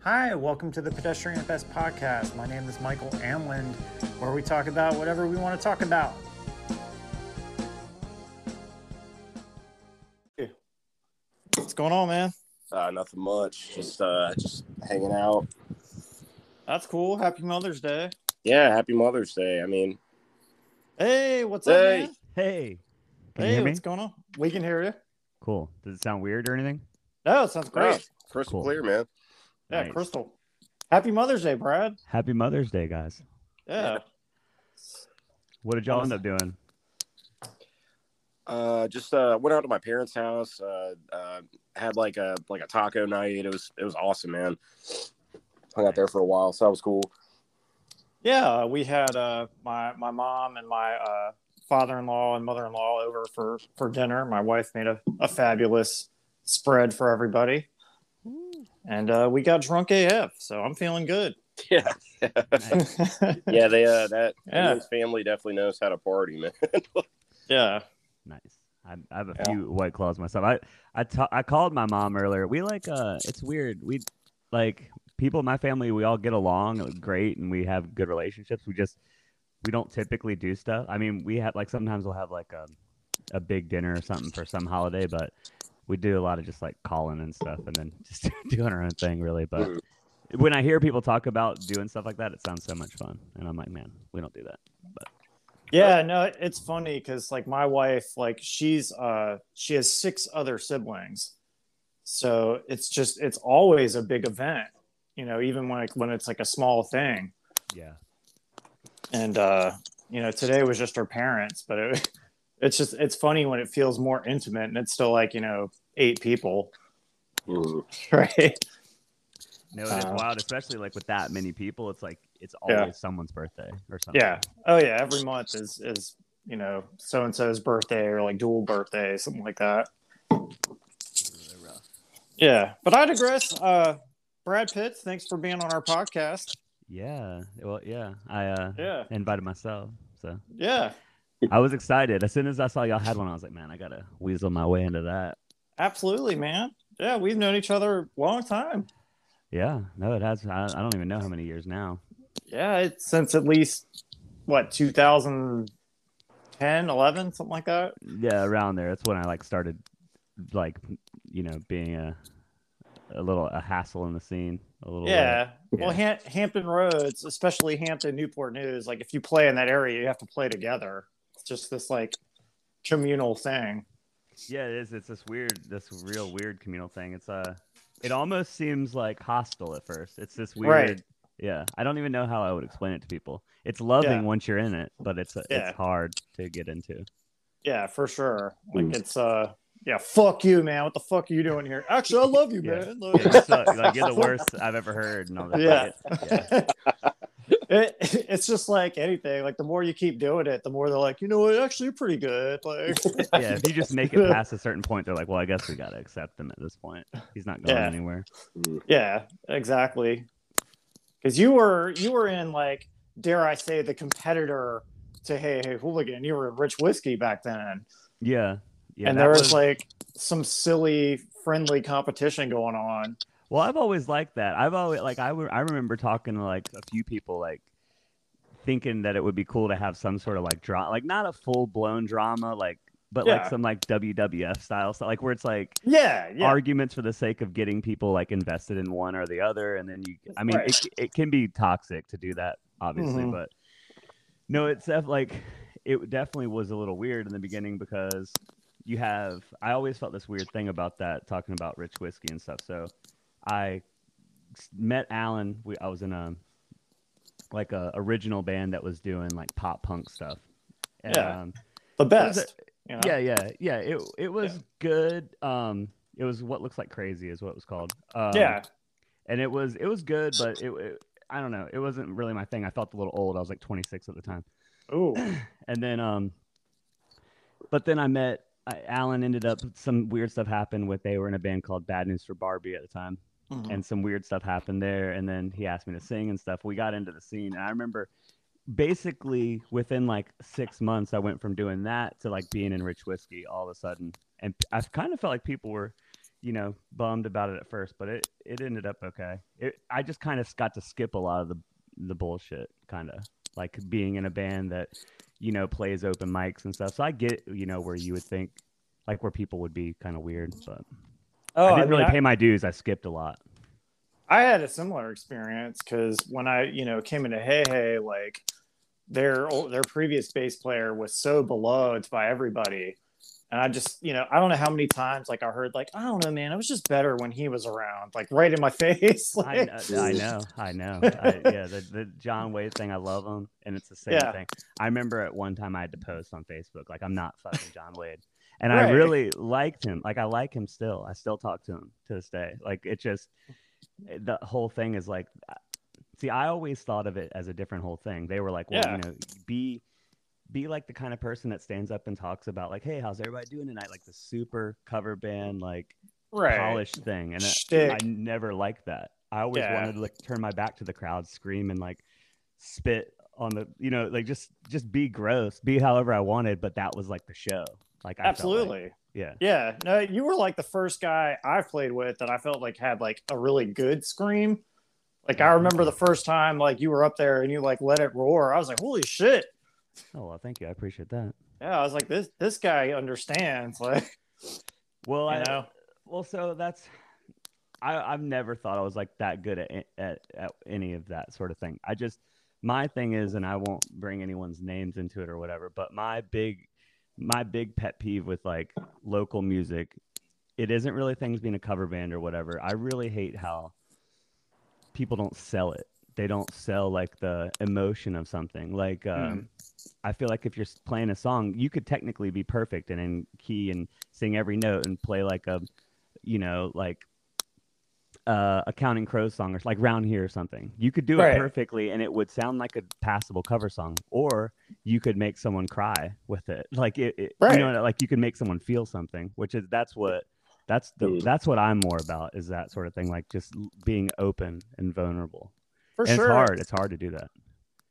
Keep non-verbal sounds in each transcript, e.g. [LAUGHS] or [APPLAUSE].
Hi, welcome to the Pedestrian at Best podcast. My name is Michael Amland, where we talk about whatever we want to talk about. Hey. What's going on, man? Uh, nothing much. Just uh, just hanging out. That's cool. Happy Mother's Day. Yeah, happy Mother's Day. I mean, Hey, what's Hey. up, man? Hey, can hey, you hear me? what's going on? We can hear you. Cool. Does it sound weird or anything? No, it sounds great. crystal Cool. clear, man. Yeah, Nice. Crystal. Happy Mother's Day, Brad. Happy Mother's Day, guys. Yeah. What did y'all end up doing? Uh, just uh, went out to my parents' house. Uh, uh, had like a like a taco night. It was it was awesome, man. Hung out there for a while, so that was [LAUGHS] cool. Yeah, we had uh, my my mom and my uh, father-in-law and mother-in-law over for for dinner. My wife made a, a fabulous spread for everybody, and uh, we got drunk AF. So I'm feeling good. [LAUGHS] Yeah, yeah. yeah. They uh, that Yeah. his family definitely knows how to party, man. [LAUGHS] yeah, Nice. I, I have a Yeah. few white claws myself. I I ta- I called my mom earlier. We like uh, it's weird. We like people in my family. We all get along great, and we have good relationships. We just we don't typically do stuff. I mean, we have like sometimes we'll have like a a big dinner or something for some holiday, but we do a lot of just like calling and stuff, and then [LAUGHS] just doing our own thing really. But Mm. when I hear people talk about doing stuff like that, it sounds so much fun, and I'm like, man, we don't do that. yeah. No, it's funny because like my wife, like she's uh she has six other siblings, so it's just it's always a big event. You know, even when it, when it's like a small thing. Yeah. and uh you know today was just her parents but it, [LAUGHS] it's just it's funny when it feels more intimate and it's still like you know eight people Mm. right No, it's Uh, wild, especially like with that many people. It's like it's Yeah. always someone's birthday or something. yeah oh yeah every month is is you know so and so's birthday or like dual birthday something like that Really rough. yeah but i digress uh brad pitts thanks for being on our podcast Yeah. Well, yeah. I uh, yeah invited myself, so yeah I was excited. As soon as I saw y'all had one, I was like, man, I gotta weasel my way into that. absolutely man yeah we've known each other a long time Yeah. No, it has. I, I don't even know how many years now. yeah it's since at least what 2010 11 something like that Yeah, around there. That's when I like started, like, you know, being a a little a hassle in the scene. A little. uh, Yeah. Well, yeah. Ham- Hampton Roads, especially Hampton Newport News, like if you play in that area, you have to play together. It's just this like communal thing. Yeah, it is. It's this weird, this real weird communal thing. It's uh, it almost seems like hostile at first. It's this weird. Right. Yeah, I don't even know how I would explain it to people. It's loving Yeah. once you're in it, but it's Yeah. it's hard to get into. [LAUGHS] Yeah, for sure. Like Mm. it's uh yeah, fuck you, man. What the fuck are you doing here? Actually, I love you, Yeah. man. Yeah, Like- you suck. like you're the worst I've ever heard. And all that. Yeah. yeah. It, it's just like anything. Like the more you keep doing it, the more they're like, you know what, actually you're pretty good. [LAUGHS] Like Yeah, If you just make [LAUGHS] it past a certain point, they're like, "Well, I guess we gotta accept him at this point. He's not going Yeah. anywhere." Mm. Yeah, exactly. Because you were you were in like dare I say the competitor to Hey Hey Hooligan. You were in Rich Whiskey back then, Yeah. Yeah. and that there was, like some silly friendly competition going on. Well, I've always liked that. I've always like I were- I remember talking to like a few people like thinking that it would be cool to have some sort of like drama, like not a full blown drama, like but Yeah. like some like WWF style stuff, like where it's like Yeah, yeah, arguments for the sake of getting people like invested in one or the other, and then you. I mean, Right. it it can be toxic to do that, obviously, Mhm. but no, it's def- like it definitely was a little weird in the beginning because you have. I always felt this weird thing about that talking about rich whiskey and stuff. So I s- met Alan. We I was in a like a original band that was doing like pop punk stuff. And, Yeah. um, the was best. you know? yeah, yeah, yeah. It it was good. Um, it was what looks like crazy is what it was called. Um, yeah, and it was it was good, but it, it I don't know. It wasn't really my thing. I felt a little old. I was like 26 at the time, ooh, and then um, but then I met I, Alan. Ended up some weird stuff happened with they were in a band called Bad News for Barbie at the time, Mhm. and some weird stuff happened there. And then he asked me to sing and stuff. We got into the scene, and I remember basically within like six months, I went from doing that to like being in Rich Whiskey all of a sudden. And I kind of felt like people were you know, bummed about it at first, but it it ended up okay. It, I just kind of got to skip a lot of the the bullshit, kind of like being in a band that you know plays open mics and stuff. So I get you know where you would think like where people would be kind of weird, but Oh, I didn't mean, really I- pay my dues. I skipped a lot. I had a similar experience because when I, you know, came into Hey Hey, like their ol- their previous bass player was so beloved by everybody, and I just, you know, I don't know how many times like I heard like I don't know, man, it was just better when he was around, like right in my [LAUGHS] face. I like- know, I know, I know. [LAUGHS] I, yeah, the, the John Wade thing, I love him, and it's the same Yeah. thing. I remember at one time I had to post on Facebook, like I'm not fucking John Wade, and I Right. really liked him. Like I like him still. I still talk to him to this day. Like it just, eh, the whole thing is like, uh, see, I always thought of it as a different whole thing. They were like, well, Yeah. you know, be be like the kind of person that stands up and talks about like, hey, how's everybody doing tonight? Like the super cover band, like right? polished thing, and uh, I, Shtick. I never liked that. I always Yeah. wanted to like turn my back to the crowd, scream, and like spit on the you know like just just be gross, be however I wanted. But that was like the show. Like I felt like- Absolutely. yeah. Yeah, no, you were like the first guy I played with that I felt like had like a really good scream. Like Mm-hmm. I remember the first time like you were up there and you like let it roar. I was like, holy shit! Oh well, thank you. I appreciate that. Yeah, I was like, this this guy understands. [LAUGHS] Like, Well, you I know, well so that's I I've never thought I was like that good at, at at any of that sort of thing. I just my thing is, and I won't bring anyone's names into it or whatever, but my big my big pet peeve with like local music, it isn't really things being a cover band or whatever. I really hate how people don't sell it. They don't sell like the emotion of something. Like um, I feel like if you're s- playing a song, you could technically be perfect and in key and sing every note and play like a you know, like uh, a Counting Crows song or like Round Here or something. You could do Right. it perfectly and it would sound like a passable cover song, or you could make someone cry with it. [LAUGHS] Like it, it you know, like you could make someone feel something, which is that's what that's the Mm. that's what I'm more about is that sort of thing, like just l- being open and vulnerable. for and sure. It's hard. It's hard to do that.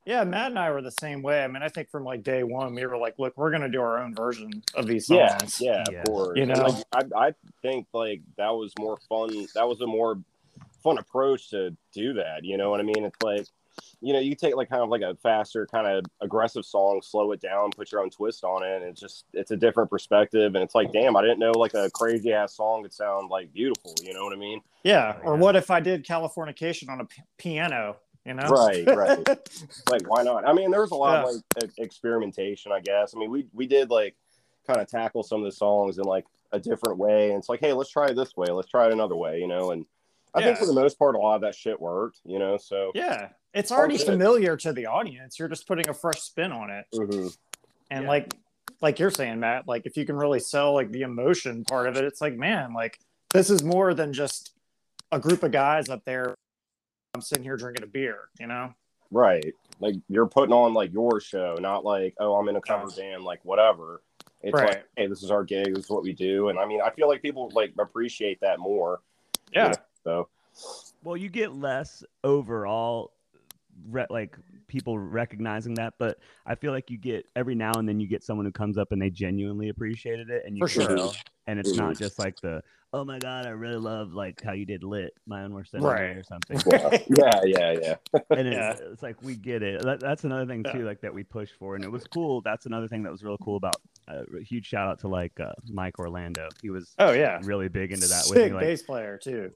Yeah, Matt and I were the same way. I mean, I think from like day one, we were like, look, we're gonna do our own version of these Yeah, songs. yeah, Yeah. of course. You And, know? like, I, I think like that was more fun. That was a more fun approach to do that. You know what I mean? It's like, you know, you take like kind of like a faster, kind of aggressive song, slow it down, put your own twist on it, and it's just it's a different perspective. And it's like, damn, I didn't know like a crazy ass song could sound like beautiful. You know what I mean? Yeah, Or Oh, Yeah. what if I did Californication on a p- piano? You know, Right, [LAUGHS] right. like why not? I mean, there was a lot of Yeah. like e- experimentation, I guess. I mean, we we did like kind of tackle some of the songs in like a different way, and it's like, hey, let's try it this way, let's try it another way, you know. And I think Yeah. for the most part, a lot of that shit worked, you know. So yeah, it's already good. familiar to the audience. You're just putting a fresh spin on it. Mhm. and Yeah. like like you're saying matt like if you can really sell like the emotion part of it it's like man like this is more than just a group of guys up there i'm sitting here drinking a beer you know right, like you're putting on like your show, not like oh, I'm in a cover band, like whatever. It's Right. like, hey, this is our gig, this is what we do, and I mean, I feel like people like appreciate that more. you yeah know? [LAUGHS] So Well, you get less overall, re- like people recognizing that, but I feel like you get every now and then you get someone who comes up and they genuinely appreciated it, and you For can sure. tell. and it's not Mhm. just like the oh my god, I really love like how you did lit my own worst enemy Right. or something. yeah, yeah, yeah, yeah. And it's, it's like we get it. That, that's another thing too, Yeah. like that we push for, and it was cool. That's another thing that was real cool about. Uh, huge shout out to like uh, Mike Orlando. He was oh yeah really big into that. with me, Sick like, bass player too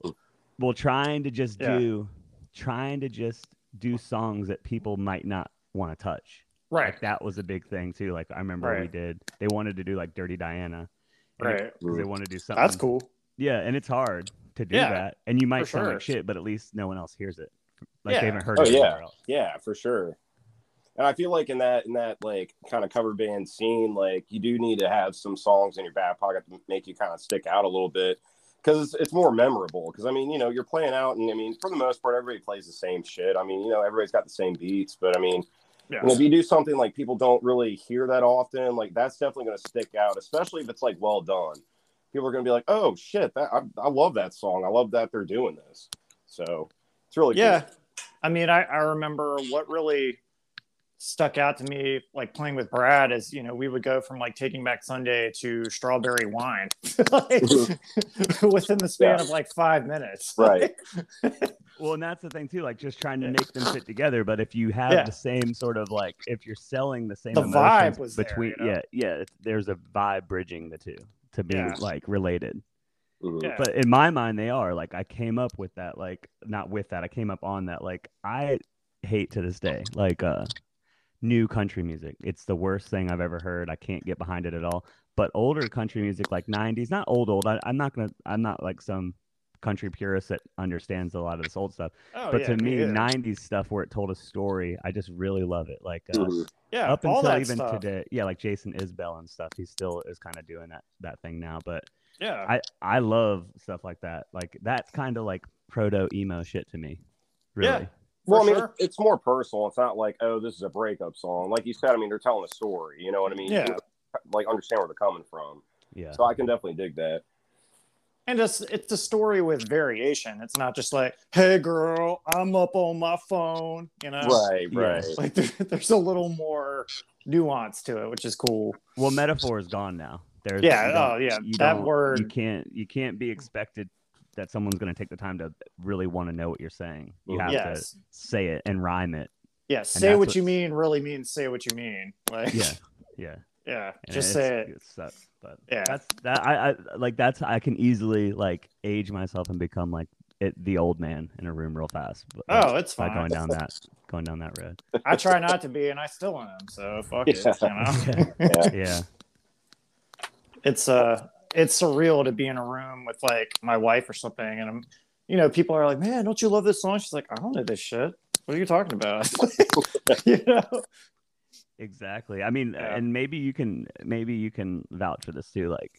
well trying to just Yeah. do trying to just do songs that people might not want to touch right like that was a big thing too like i remember we Right. did they wanted to do like dirty diana and it- right 'cause they want to do something that's cool yeah and it's hard to do Yeah, that and you might for sound like sure. shit but at least no one else hears it like Yeah. they haven't heard Oh, it yeah. anywhere else Yeah, for sure. And I feel like in that in that like kind of cover band scene, like you do need to have some songs in your back pocket to make you kind of stick out a little bit because it's, it's more memorable. Because I mean, you know, you're playing out, and I mean, for the most part, everybody plays the same shit. I mean, you know, everybody's got the same beats, but I mean, yeah you know, if you do something like people don't really hear that often, like that's definitely going to stick out, especially if it's like well done. People are going to be like, "Oh shit, that, I, I love that song. I love that they're doing this." So it's really yeah i mean I, I remember what really stuck out to me like playing with Brad is you know we would go from like Taking Back Sunday to Strawberry Wine [LAUGHS] like, [LAUGHS] within the span Mm-hmm. Yeah. of like five minutes. Right. Well, and that's the thing too, like just trying to make them fit together. But if you have Yeah. the same sort of like, if you're selling the same The emotions vibe was there, between, you know? yeah, yeah, it's- there's a vibe bridging the two to be Yeah. like related. Mhm. Yeah. [LAUGHS] But in my mind, they are like I came up with that, like not with that, I came up on that. Like I hate to this day, like uh, new country music. It's the worst thing I've ever heard. I can't get behind it at all. But older country music, like '90s, not old old. I, I'm not gonna. I'm not like some country purist that understands a lot of this old stuff Oh, but yeah, to me, either. 90s stuff where it told a story, I just really love it. Like uh, Mhm. yeah, up all until that even stuff. today, yeah, like Jason Isbell and stuff, he still is kind of doing that that thing now. But Yeah, I I love stuff like that. Like that's kind of like proto emo shit to me. Really, Yeah. Well, I for mean, sure. it- it's more personal. It's not like, oh, this is a breakup song. Like you said, I mean, they're telling a story. You know what I mean? Yeah. You, like understand where they're coming from. yeah. So I can definitely dig that. and it's it's a story with variation. It's not just like, "Hey, girl, I'm up on my phone," you know. right, yeah. right. Like [LAUGHS] there, there's a little more nuance to it, which is cool. Well, metaphor is gone now. There's Yeah, you don't- oh, yeah, you that don't- you word- can't you can't be expected that someone's going to take the time to really want to know what you're saying. You have to yes, say it and rhyme it. yes. Say that's what what- you mean really means say what you mean. Like, Yeah, yeah. [LAUGHS] yeah. And Just it's- say it. It sucks, but Yeah. that's that. I, I like that's I can easily like age myself and become like it, the old man in a room real fast. But, Oh, it's by fine. going down that going down that road. I try not to be, and I still am. So fuck it. You know? [LAUGHS] [LAUGHS] yeah. yeah, It's uh, it's surreal to be in a room with like my wife or something, and I'm, you know, people are like, "Man, don't you love this song?" She's like, "I don't know this shit. What are you talking about?" [LAUGHS] you know? exactly. I mean, Yeah. and maybe you can maybe you can vouch for this too. Like,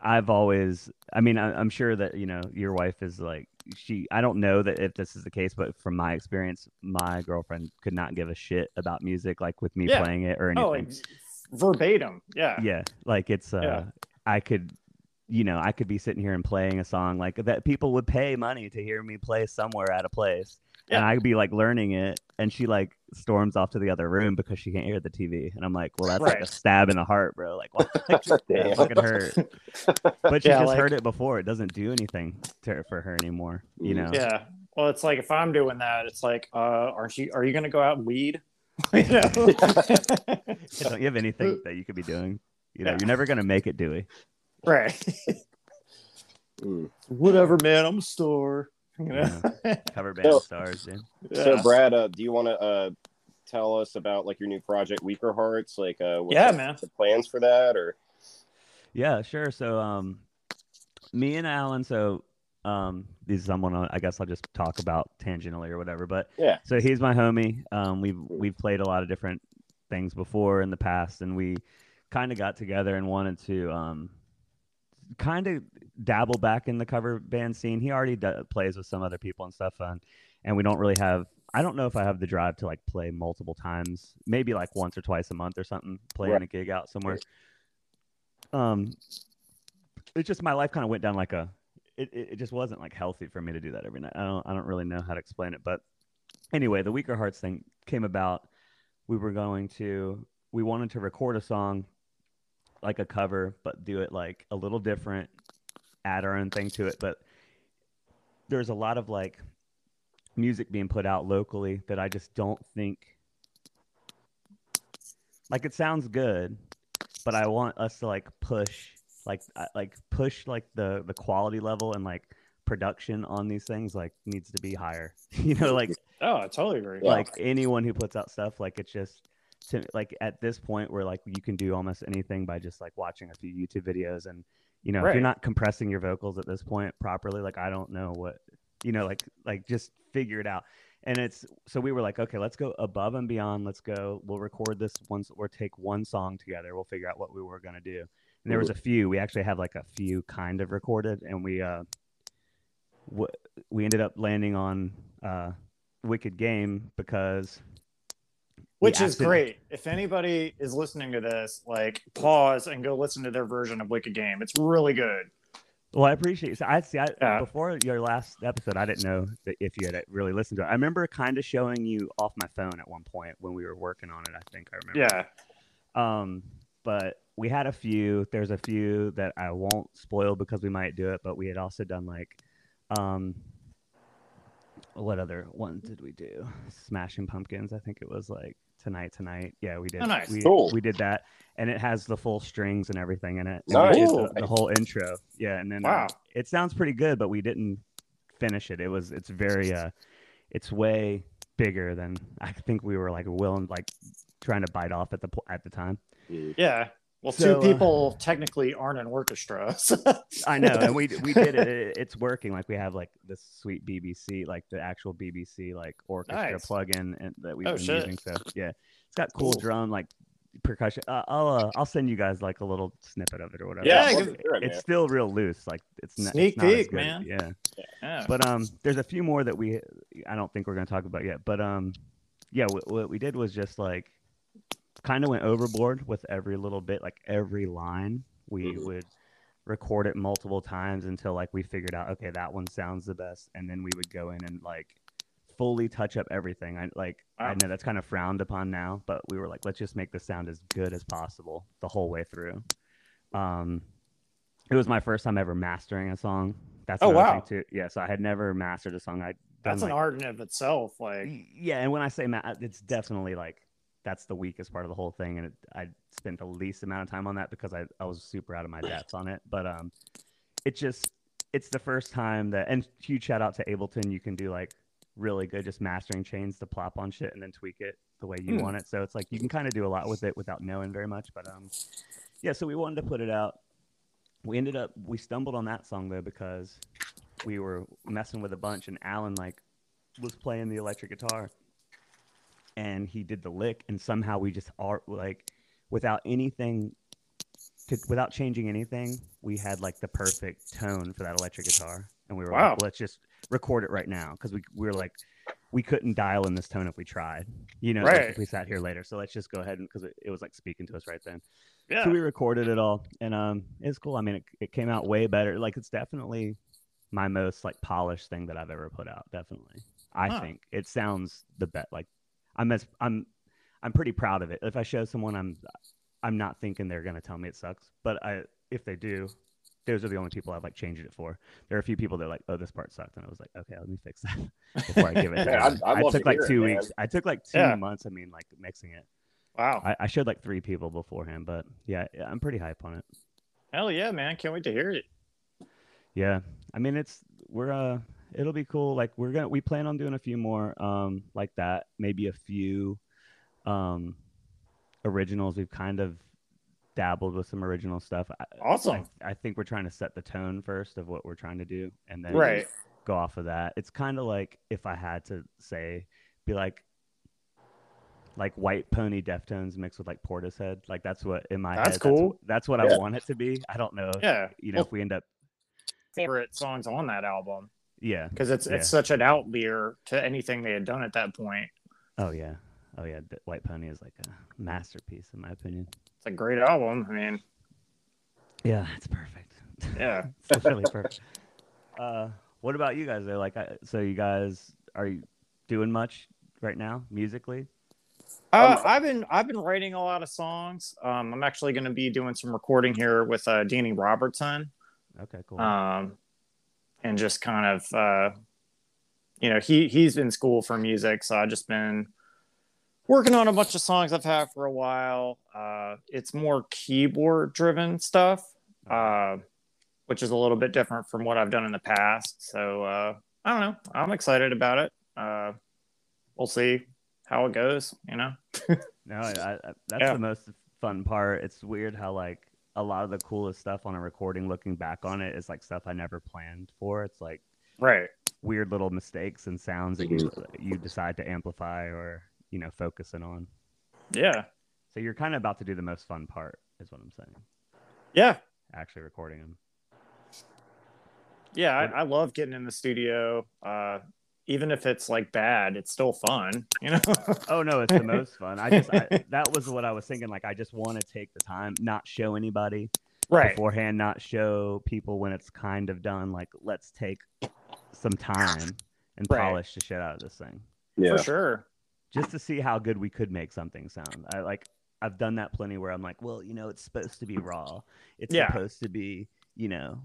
I've always. I mean, I, I'm sure that you know your wife is like she. I don't know that if this is the case, but from my experience, my girlfriend could not give a shit about music, like with me Yeah. playing it or anything. Oh, ex- verbatim. Yeah. yeah like it's uh Yeah. i could you know i could be sitting here and playing a song like that people would pay money to hear me play somewhere at a place and Yeah. i'd be like learning it and she like storms off to the other room because she can't hear the tv and i'm like well that's like a Right. stab in the heart bro [LAUGHS] like why Damn. that fucking hurt but she Yeah, just like- heard it before it doesn't do anything to her, for her anymore you know Mm. Yeah. Well, it's like if I'm doing that, it's like, uh, aren't you? Are you gonna go out and weed? [LAUGHS] you [LAUGHS] know? don't you have anything [LAUGHS] that you could be doing you know Yeah. you're never gonna make it dewey right. Mm. Whatever, man. I'm a star. You you know? know? [LAUGHS] cover band So- stars dude So, Yeah. Brad, uh, do you want to uh, tell us about like your new project, Weaker Hearts? Like, uh, what's Yeah, the, man. the plans for that, or Yeah, sure. So, um, me and Alan. So, um, he's someone I I guess I'll just talk about tangentially or whatever. But Yeah. So he's my homie. Um, we've we've played a lot of different things before in the past, and we kind of got together and wanted to um, kind of dabble back in the cover band scene. He already d- plays with some other people and stuff, and and we don't really have. I don't know if I have the drive to like play multiple times. Maybe like once or twice a month or something, playing Right. a gig out somewhere. Um, it's just my life kind of went down like a. It, it, it just wasn't like healthy for me to do that every night. I don't I don't really know how to explain it, but anyway, the weaker hearts thing came about. We were going to we wanted to record a song like a cover, but do it like a little different, add our own thing to it. But there's a lot of like music being put out locally that I just don't think like it sounds good, but I want us to like push like I- like push like the the quality level and like production on these things like needs to be higher. [LAUGHS] You know, like Oh, I totally agree. Yeah. like anyone who puts out stuff like it's just to like at this point where like you can do almost anything by just like watching a few youtube videos and you know if Right. you're not compressing your vocals at this point properly like i don't know what you know like like just figure it out and it's so we were like okay let's go above and beyond let's go we'll record this once or take one song together we'll figure out what we were going to do and there was a few we actually have like a few kind of recorded and we uh w- we ended up landing on uh wicked game because we Which is accident- great. If anybody is listening to this, like pause and go listen to their version of Wicked Game. It's really good. Well, I appreciate it. So I see. I, Yeah. Before your last episode, I didn't know that if you had really listened to it. I remember kind of showing you off my phone at one point when we were working on it. I think I remember. Yeah. Um, but we had a few. There's a few that I won't spoil because we might do it. But we had also done like, um, what other ones did we do? Smashing Pumpkins. I think it was like tonight, tonight. Yeah, we did. Oh, nice. We, Cool. we did that, and it has the full strings and everything in it. Nice. And we did Ooh. The, the whole intro. Yeah, and then uh, Wow. it sounds pretty good, but we didn't finish it. It was. It's very. Uh, it's way bigger than I think we were like willing like trying to bite off at the pl- at the time. Yeah. Well, So, uh, two people technically aren't an orchestra. [LAUGHS] so- I know, and we we did [LAUGHS] it. It- It's working. Like we have like this sweet BBC, like the actual BBC like orchestra Nice. plugin and, that we've Oh, been shit. using. So yeah, it's got cool Cool. drum like percussion. Uh, I'll uh, I'll send you guys like a little snippet of it or whatever. Yeah, I'd love give- to hear it, it's man. still real loose. Like it's not, Sneak it's not as peek, good. man. Yeah, yeah. but um, there's a few more that we I don't think we're gonna talk about yet. But um, yeah, what, what we did was just like kind of went overboard with every little bit, like every line. We Mhm. would record it multiple times until like we figured out okay that one sounds the best, and then we would go in and like fully touch up everything. I like I Wow. know that's kind of frowned upon now, but we were like let's just make this sound as good as possible the whole way through. Um, it was my first time ever mastering a song. That's Oh, another wow. Thing too. Yeah, so I had never mastered a song. I That's done, an like- art in of itself. Like, yeah, and when I say ma- it's definitely like that's the weakest part of the whole thing, and it, I spent the least amount of time on that because I, I was super out of my depth on it. But um, it just it's the first time that and huge shout out to Ableton. You can do like really good just mastering chains to plop on shit and then tweak it the way you Hmm. want it. So it's like you can kind of do a lot with it without knowing very much. But um, yeah, so we wanted to put it out. We ended up we stumbled on that song though because we were messing with a bunch and Alan like was playing the electric guitar and he did the lick and somehow we just are like without anything to, without changing anything we had like the perfect tone for that electric guitar and we were Wow. like let's just record it right now because we, we were like we couldn't dial in this tone if we tried you know like, Right. if we sat here later so let's just go ahead and because it, it was like speaking to us right then yeah. so we recorded it all and um it's cool i mean it, it came out way better like it's definitely my most like polished thing that i've ever put out definitely i Huh. think it sounds the best like i'm as i'm i'm pretty proud of it if i show someone i'm i'm not thinking they're gonna tell me it sucks but i if they do those are the only people i've like changed it for there are a few people that are like oh this part sucked and i was like okay let me fix that [LAUGHS] before i give [LAUGHS] it to Yeah, them. I'd- I'd I love took to like hear it, two man. weeks i took like two Yeah. months i mean like mixing it wow. I, I showed like three people beforehand, but yeah, yeah, I'm pretty hype on it. Hell yeah, man. Can't wait to hear it. Yeah, I mean it's we're uh it'll be cool. Like we're gonna we plan on doing a few more um like that, maybe a few um originals. We've kind of dabbled with some original stuff. I, Awesome. I, I think we're trying to set the tone first of what we're trying to do, and then Right. go off of that. It's kind of like if I had to say, be like, like White Pony Deftones mixed with like Portishead. Like that's what in my That's head. cool. That's, that's what I Yeah. want it to be. I don't know. if- Yeah. Oh. You know, if we end up, Favorite songs on that album yeah. because it's Yeah. it's such an outlier to anything they had done at that point. Oh yeah. Oh yeah. Th- White Pony is like a masterpiece in my opinion. It's a great album. I mean, Yeah, it's perfect. yeah. [LAUGHS] it's really perfect. [LAUGHS] Uh, what about you guys? Though, like, I, so you guys are you doing much right now musically? Uh, Um, I've been I've been writing a lot of songs. Um, I'm actually going to be doing some recording here with uh, Danny Robertson, Okay, cool. um, and just kind of uh, you know he he's in school for music, so I've just been working on a bunch of songs I've had for a while. Uh, it's more keyboard driven stuff, uh, which is a little bit different from what I've done in the past. So uh, I don't know. I'm excited about it. Uh, we'll see how it goes. You know. No, I, I, I- that's Yeah. the most fun part. It's weird how like a lot of the coolest stuff on a recording, looking back on it, is like stuff I never planned for. It's like Right. weird little mistakes and sounds that you you decide to amplify or you know focus in on. Yeah. So you're kind of about to do the most fun part, is what I'm saying. Yeah. Actually recording them. Yeah. I, I love getting in the studio. Uh, even if it's like bad, it's still fun, you know? [LAUGHS] Oh no, it's the most fun. I just I, that was what I was thinking. Like I just want to take the time, not show anybody, Right. beforehand, not show people when it's kind of done. Like, let's take some time and Right. polish the shit out of this thing Yeah. For sure. just to see how good we could make something sound. I like I've done that plenty where I'm like, well, you know, it's supposed to be raw. It's Yeah. supposed to be, you know,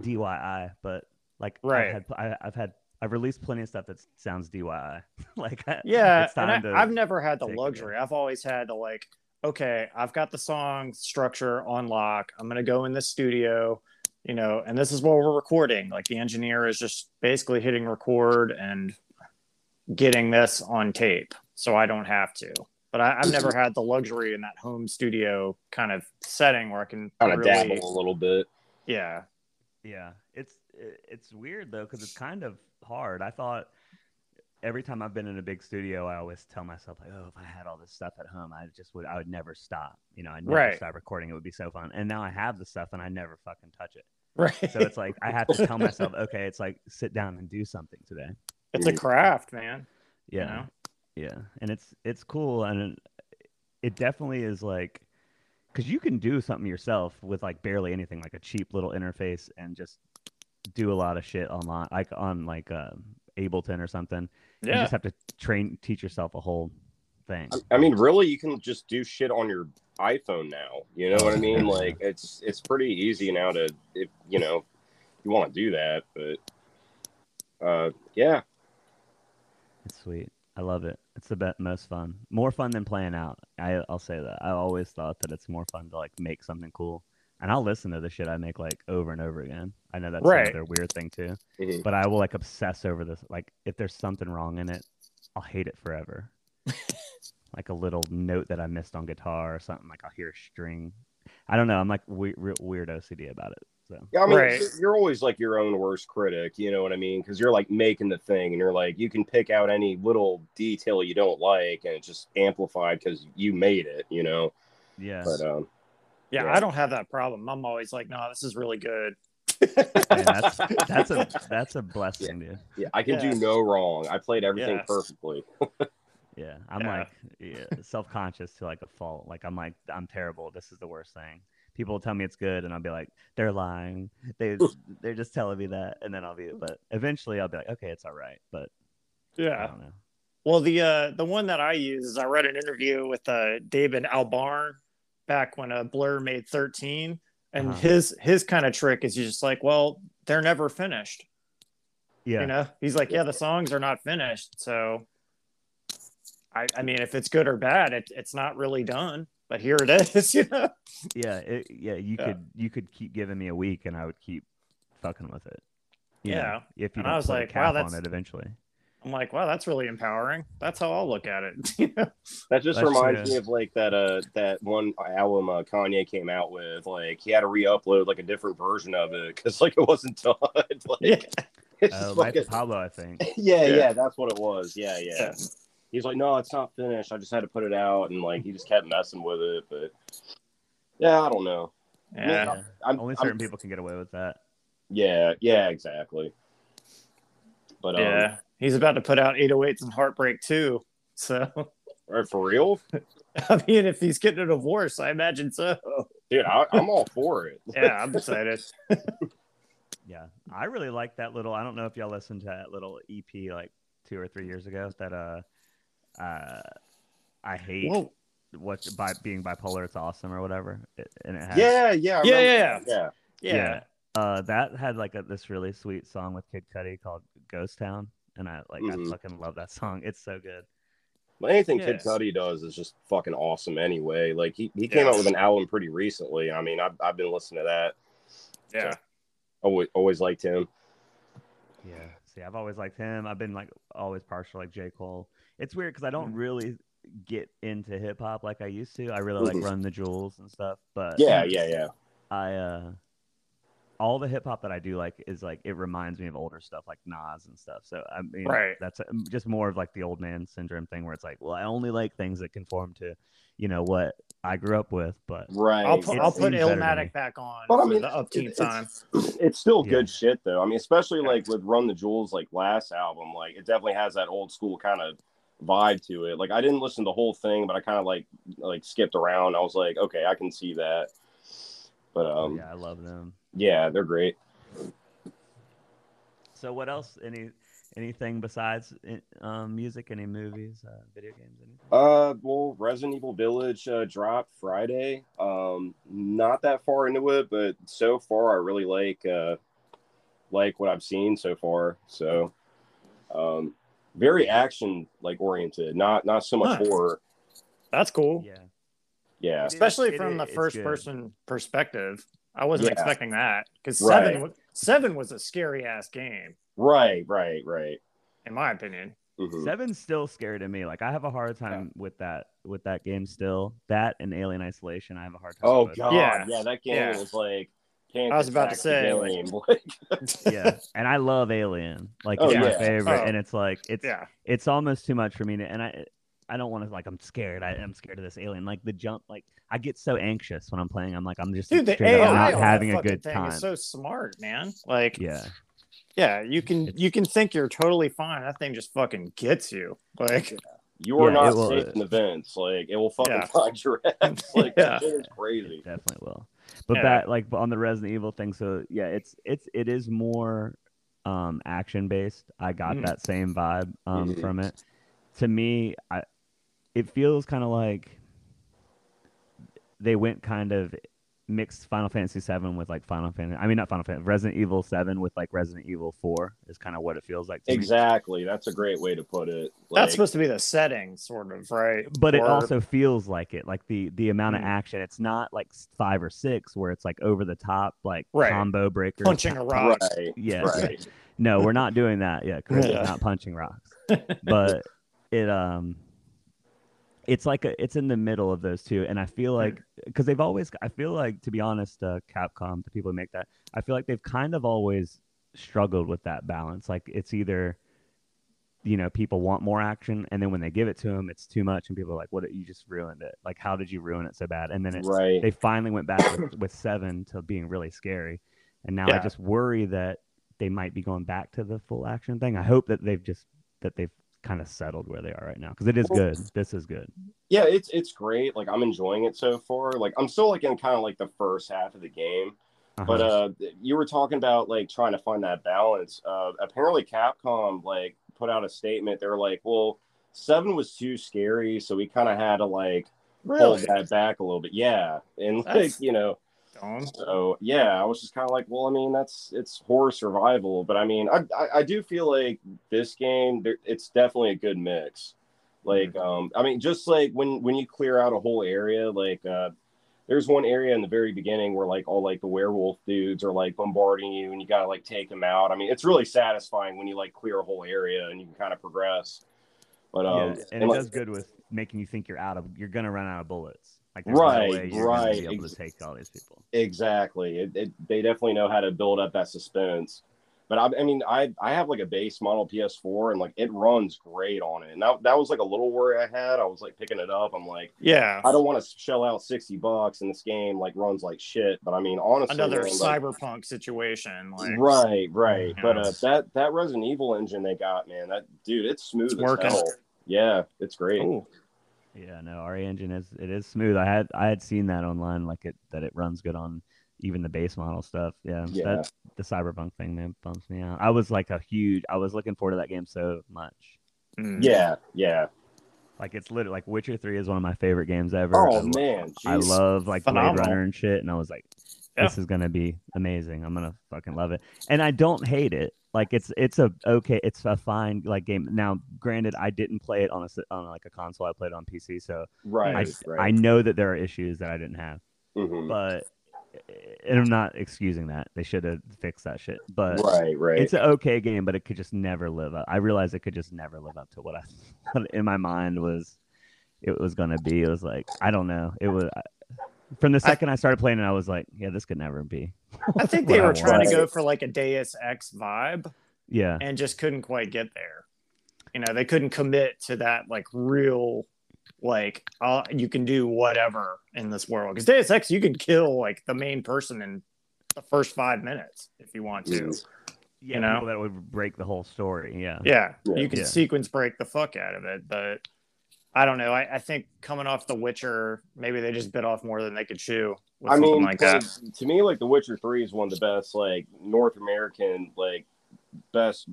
DIY, but like Right. I've had I, I've had I've released plenty of stuff that sounds DIY. [LAUGHS] like I- Yeah. it's And time I, to I've never had the take it in. luxury. I've always had to like, okay, I've got the song structure on lock. I'm gonna go in the studio, you know, and this is what we're recording. Like the engineer is just basically hitting record and getting this on tape, so I don't have to. But I, I've never had the luxury in that home studio kind of setting where I can Kind of really- dabble a little bit. Yeah. Yeah, it's i- it's weird though because it's kind of hard. I thought every time I've been in a big studio, I always tell myself like, oh, if I had all this stuff at home, I just would I would never stop. You know, I would never Right. stop recording. It would be so fun. And now I have the stuff and I never fucking touch it. [LAUGHS] Right. So it's like I have to tell myself, okay, it's like sit down and do something today. it's a craft, man. Yeah, You know? yeah, and it's it's cool and it definitely is like because you can do something yourself with like barely anything, like a cheap little interface, and just do a lot of shit online, like on like uh, Ableton or something. You Yeah. just have to train, teach yourself a whole thing. I- I mean, really, you can just do shit on your iPhone now. You know what I [LAUGHS] mean? Like, it's it's pretty easy now to, if you know, you want to do that. But, uh, yeah, It's sweet. I love it. It's the be- most fun, more fun than playing out. I, I'll say that. I always thought that it's more fun to like make something cool, and I'll listen to the shit I make like over and over again. I know that's Right. another weird thing too, Mhm. but I will like obsess over this. Like if there's something wrong in it, I'll hate it [LAUGHS] forever. like a little note that I missed on guitar or something. Like I'll hear a string. I don't know. I'm like we- re- weird OCD about it. So Yeah, I mean, Right. you're always like your own worst critic. You know what I mean? Because you're like making the thing, and you're like you can pick out any little detail you don't like, and it's just amplified because you made it. You know, yeah. but um, Yeah, Yeah. I don't have that problem. I'm always like, no, this is really good. Man, that's that's a that's a blessing, dude. [LAUGHS] yeah, I can Yeah. do no wrong. I played everything Yes. perfectly. Yeah, I'm Yeah. like yeah, self-conscious to like a fault. Like I'm like I'm terrible. This is the worst thing. People will tell me it's good, and I'll be like, they're lying. They they're just telling me that, and then I'll be. But eventually, I'll be like, okay, it's all right. But I Yeah. don't know. Well, the uh, the one that I use is I read an interview with uh, David Albarn back when uh, Blur made 13, and Uh-huh. his his kind of trick is you just like, well, they're never finished. Yeah, You know, he's like, yeah, the songs are not finished, so I I mean, if it's good or bad, it, it's not really done, but here it is. [LAUGHS] You know, yeah, it, yeah. You Yeah. could you could keep giving me a week, and I would keep fucking with it. you know, Yeah. if you And don't I was put a like, wow, cap that's- on it eventually. I'm like, wow, that's really empowering. That's how I'll look at it. [LAUGHS] You know? That just That's, reminds uh, me of like that uh that one album uh, Kanye came out with. Like he had to re-upload like a different version of it because like it wasn't done. [LAUGHS] like, Yeah. it's Uh, just Life like of a- Pablo, [LAUGHS] I think. [LAUGHS] yeah, Yeah. yeah, that's what it was. Yeah, yeah, Yeah. He's like, no, it's not finished. I just had to put it out, and like he just kept messing with it. But yeah, I don't know. Yeah. Yeah. I'm, Only I'm- certain people can get away with that. Yeah, yeah, exactly. But um, yeah, Yeah, he's about to put out 808s and Heartbreak too. So, [LAUGHS] for real, I mean, if he's getting a divorce, I imagine so. dude, I, I'm all for it. Yeah, [LAUGHS] I'm excited. Yeah, I really like that little. I don't know if y'all listened to that little EP like two or three years ago. That uh, uh, I hate Whoa. what by being bipolar. It's awesome or whatever. It, and it has, Yeah, yeah, I Yeah, remember- yeah. Yeah. Uh, that had like a, this really sweet song with Kid Cudi called Ghost Town, and I like I Mhm. fucking love that song. It's so good. Well, anything Kid Yes. Cudi does is just fucking awesome anyway. Like he, he came Yeah. out with an album pretty recently. I mean, I've, I've been listening to that. Yeah. Always, always liked him. Yeah. See, I've always liked him. I've been like always partial like J Cole. It's weird because I don't really get into hip hop like I used to. I really like Mhm. Run the Jewels and stuff, but Yeah, yeah, yeah. I uh all the hip hop that I do like is like it reminds me of older stuff like Nas and stuff. So I mean, Right. that's uh, just more of like the old man syndrome thing where it's like, well, I only like things that conform to, you know, what I grew up with. But Right. I'll, put It I'll put seems better to me. Illmatic back on But I for mean, the upteen it- it's- time. It's still Yeah. good shit though. I mean, especially Yeah. like with Run the Jewels, like last album, like it definitely has that old school kind of vibe to it. Like I didn't listen to the whole thing, but I kind of like like skipped around. I was like, okay, I can see that. But um, yeah. yeah, I love them. they're great. So what else? Any anything besides um, music? Any movies? Uh, video games? Anything? Uh, well, Resident Evil Village uh, dropped Friday. Um, not that far into it, but so far I really like uh, like what I've seen so far. So, um, very action like oriented, not not so much Nice. horror. That's cool. Yeah. Yeah, It is- Especially it from is- the it's first good. person perspective. I wasn't Yeah. expecting that because Right. seven wa- seven was a scary ass game right, right, right. in my opinion. Mhm. Seven's still scary to me. Like I have a hard time with that with that game still. That and Alien Isolation, I have a hard time. Oh with. god, yeah, Yeah. that game Yeah. was like. Panic I was about to attack say, the like- game. [LAUGHS] Like, yeah, [LAUGHS] and I love Alien. Like Oh, it's my yeah. favorite, Oh. and it's like [LAUGHS] it's yeah, it's almost too much for me to, and I I don't want to like I'm scared. I am scared of this alien. Like the jump, like I get so anxious when I'm playing. I'm like I'm just dude, the straight up AI not on having that a fucking good thing time. is so smart, man. Like, yeah, yeah, you can It's- you can think you're totally fine. That thing just fucking gets you. Like, you are Yeah, not it will- safe in the vents. Like it will fucking Yeah. find your ass. [LAUGHS] Like Yeah. that shit is it crazy. definitely will. But Yeah. that like on the Resident Evil thing. So yeah, it's it's it is more um action based. I got Mm. that same vibe um Mhm. from it. To me, I it feels kind of like they went kind of mixed Final Fantasy Seven with like Final Fantasy. I mean, not Final Fantasy, Resident Evil Seven with like Resident Evil Four is kind of what it feels like. To Me. Exactly. That's a great way to put it. that's Like, supposed to be the setting, sort of, right? But it Or- also feels like it, like the the amount of Mm. action. It's not like five or six where it's like over the top, like Right. combo breakers, punching a rock. right. Yeah, Right. No, we're not doing that yet. Chris Yeah. is not punching rocks. But it um it's like a, it's in the middle of those two and I feel like cuz they've always I feel like to be honest uh, Capcom the people who make that I feel like they've kind of always struggled with that balance. Like it's either you know people want more action and then when they give it to them it's too much and people are like what you just ruined it. Like how did you ruin it so bad? And then it's Right. they finally went back with, with seven to being really scary. And now I Yeah. just worry that they might be going back to the full action thing. I hope that they've just that they've kind of settled where they are right now because it is Well- good. This is good. yeah, it's it's great. Like I'm enjoying it so far. Like I'm still like in kind of like the first half of the game. But Uh-huh. uh you were talking about like trying to find that balance. Uh apparently Capcom like put out a statement. They were like, Well, seven was too scary, so we kinda had to like hold Really? that back a little bit. Yeah. And like, That's- you know, Dumb. So yeah, I was just kind of like, well, I mean, that's it's horror survival, but I mean, I I, I do feel like this game, there, it's definitely a good mix. Mm-hmm. Like, um, I mean, just like when when you clear out a whole area, like uh, there's one area in the very beginning where like all like the werewolf dudes are like bombarding you, and you gotta like take them out. I mean, it's really satisfying when you like clear a whole area and you can kind of progress. But um, yeah, and and, it like- does good with making you think you're out of you're gonna run out of bullets. Like there's Right, no way you're gonna right, be able ex- to take all these people. Exactly. It, it, they definitely know how to build up that suspense. But I, I mean, I I have like a base model PS4 and like it runs great on it. And that, that was like a little worry I had. I was like picking it up. I'm like, Yeah, I don't want to shell out 60 bucks and this game like runs like shit. But I mean, honestly, another man, like- cyberpunk situation. Like, right, right. Yeah. But uh, that that Resident Evil engine they got, man, that dude, it's smooth It's as working. hell. Yeah, it's great. Ooh. Yeah, no, RE engine is it is smooth. I had I had seen that online, like it that it runs good on even the base model stuff. Yeah, Yeah. That, the cyberpunk thing man bumps me out. I was like a huge. I was looking forward to that game so much. Mm. Yeah, yeah. Like it's literally like Witcher Three is one of my favorite games ever. I, Oh lo- man, I jeez. love like Blade Phenomenal. Runner and shit, and I was like, Yeah. this is gonna be amazing. I'm gonna fucking love it, and I don't hate it. Like it's it's a okay, it's a fine like game. Now, granted, I didn't play it on a s- on like a console. I played it on PC, so right, I I right. know that there are issues that I didn't have. Mhm. but eh, and I'm not excusing that. They should have fixed that shit. But right, right. it's an okay game, but it could just never live up. I realized it could just never live up to what I what in my mind was it was gonna be. It was like I don't know. It was from the second I, started playing it, I was like, yeah, this could never be. I think they Wow. were trying to go Right. for like a Deus Ex vibe Yeah, and just couldn't quite get there. You know, they couldn't commit to that like real, like uh, you can do whatever in this world. Because Deus Ex, you can kill like the main person in the first five minutes if you want to. Mhm. yeah, you know? people that would break the whole story. Yeah, Yeah, Yeah. you can Yeah. sequence break the fuck out of it, but I don't know. I, I think coming off The Witcher, maybe they just bit off more than they could chew with I something mean, like that. like, to me, like The Witcher Three is one of the best, like North American, like best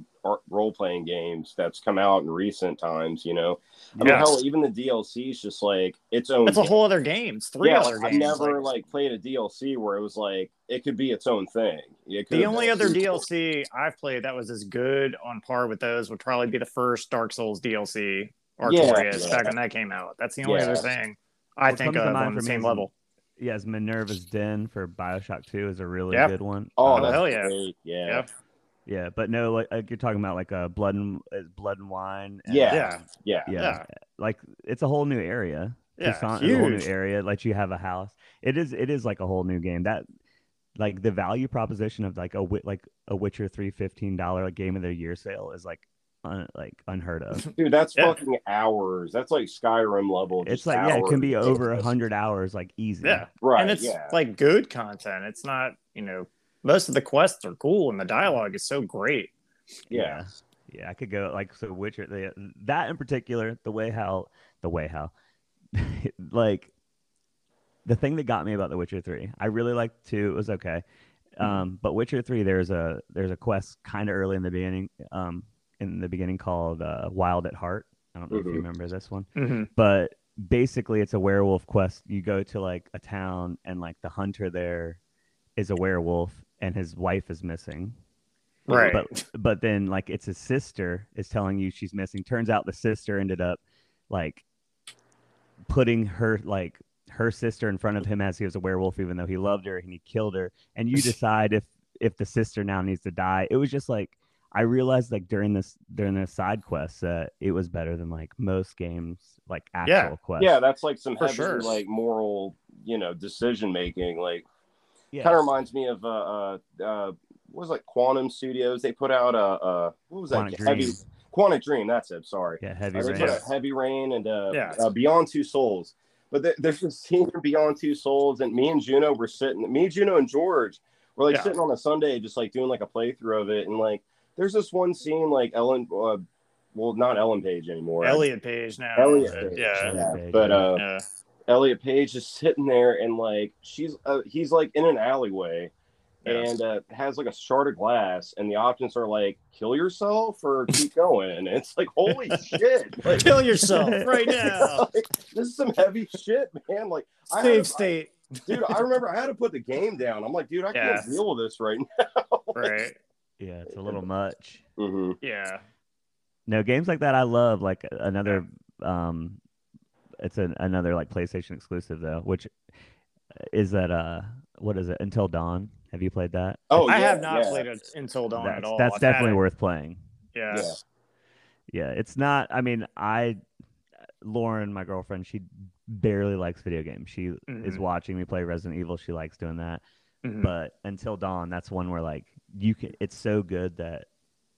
role playing games that's come out in recent times. You know, I mean, Yeah. hell, even the DLC is just like its own. It's a game. whole other game. It's three yeah, other like, I've games. never like- like played a DLC where it was like it could be its own thing. It could the have only been a other sequel. DLC I've played that was as good on par with those would probably be the first Dark Souls DLC Artorias Yeah. back when that came out. That's the only Yeah. other thing I What think comes to of mind on the for me same is- level. Yes, Minerva's Den for Bioshock Two is a really Yeah. good one. Oh, Uh, that's hell yeah. great. yeah, Yeah. yeah, but no, like, like you're talking about like uh, blood and uh, blood and wine. and- Yeah. Yeah, yeah. yeah, Yeah. Like it's a whole new area. yeah, Tucson is a whole new huge. area. Like you have a house. It is. It is like a whole new game. That like the value proposition of like a wi- like a Witcher three fifteen dollar game of the year sale is like un, like unheard of. [LAUGHS] Dude, that's Yeah. fucking hours. That's like Skyrim level. it's just like yeah, it can be hours. over a hundred hours like easy. Yeah, Right. and it's yeah. like good content. It's not you know most of the quests are cool and the dialogue is so great. yeah. Yeah, I could go like so Witcher the, that in particular, the way how the way how [LAUGHS] like the thing that got me about The Witcher 3. I really liked 2, it was okay. Um but Witcher 3 there's a there's a quest kind of early in the beginning um in the beginning called uh, Wild at Heart. I don't know if Mhm. you remember this one Mm-hmm. but basically it's a werewolf quest you go to like a town and like the hunter there is a werewolf and his wife is missing Right. but but then like it's his sister is telling you she's missing turns out the sister ended up like putting her like her sister in front of him as he was a werewolf even though he loved her and he killed her [LAUGHS] and you decide if if the sister now needs to die it was just like i realized like during this during the side quests that it was better than like most games like actual Yeah. quests Yeah, that's like some For heavy, sure. like moral, you know, decision making. Like, yeah kind of reminds me of uh, uh, uh, what was it, like Quantum Studios? They put out uh, uh what was that? Quantic Heavy Dream. Quantic Dream. That's it. Sorry, yeah heavy Uh, they rain put out Heavy Rain and uh, Yeah. uh, Beyond Two Souls. But there- there's this scene in Beyond Two Souls, and me and Juno were sitting. Me, Juno, and George were like Yeah. sitting on a Sunday, just like doing like a playthrough of it. And like, there's this one scene like Ellen, uh, well, not Ellen Page anymore. Elliot Page now. Elliot Uh, Page. Yeah. Yeah, Page, but yeah. uh, yeah. Elliot Page is sitting there and like she's uh, he's like in an alleyway Yeah. and uh, has like a shard of glass and the options are like kill yourself [LAUGHS] or keep going and it's like holy shit like, Kill yourself [LAUGHS] right now. like, this is some heavy shit man like I had, Save state. dude I remember I had to put the game down I'm like dude I can't Yeah. deal with this right Right. yeah it's a little much now mm-hmm. Yeah. No, games like that I love. Like another, um, it's an, another like PlayStation exclusive though, which is that uh, what is it? Until Dawn. Have you played that? oh I yeah, have not yeah. played it until dawn that's at all. that's I've had definitely it. worth playing. Yeah. Yeah. Yeah, it's not. I mean, I, Lauren, my girlfriend, she barely likes video games. She is Mhm. watching me play Resident Evil. She likes doing that. Mhm. But Until Dawn, that's one where like you can. It's so good that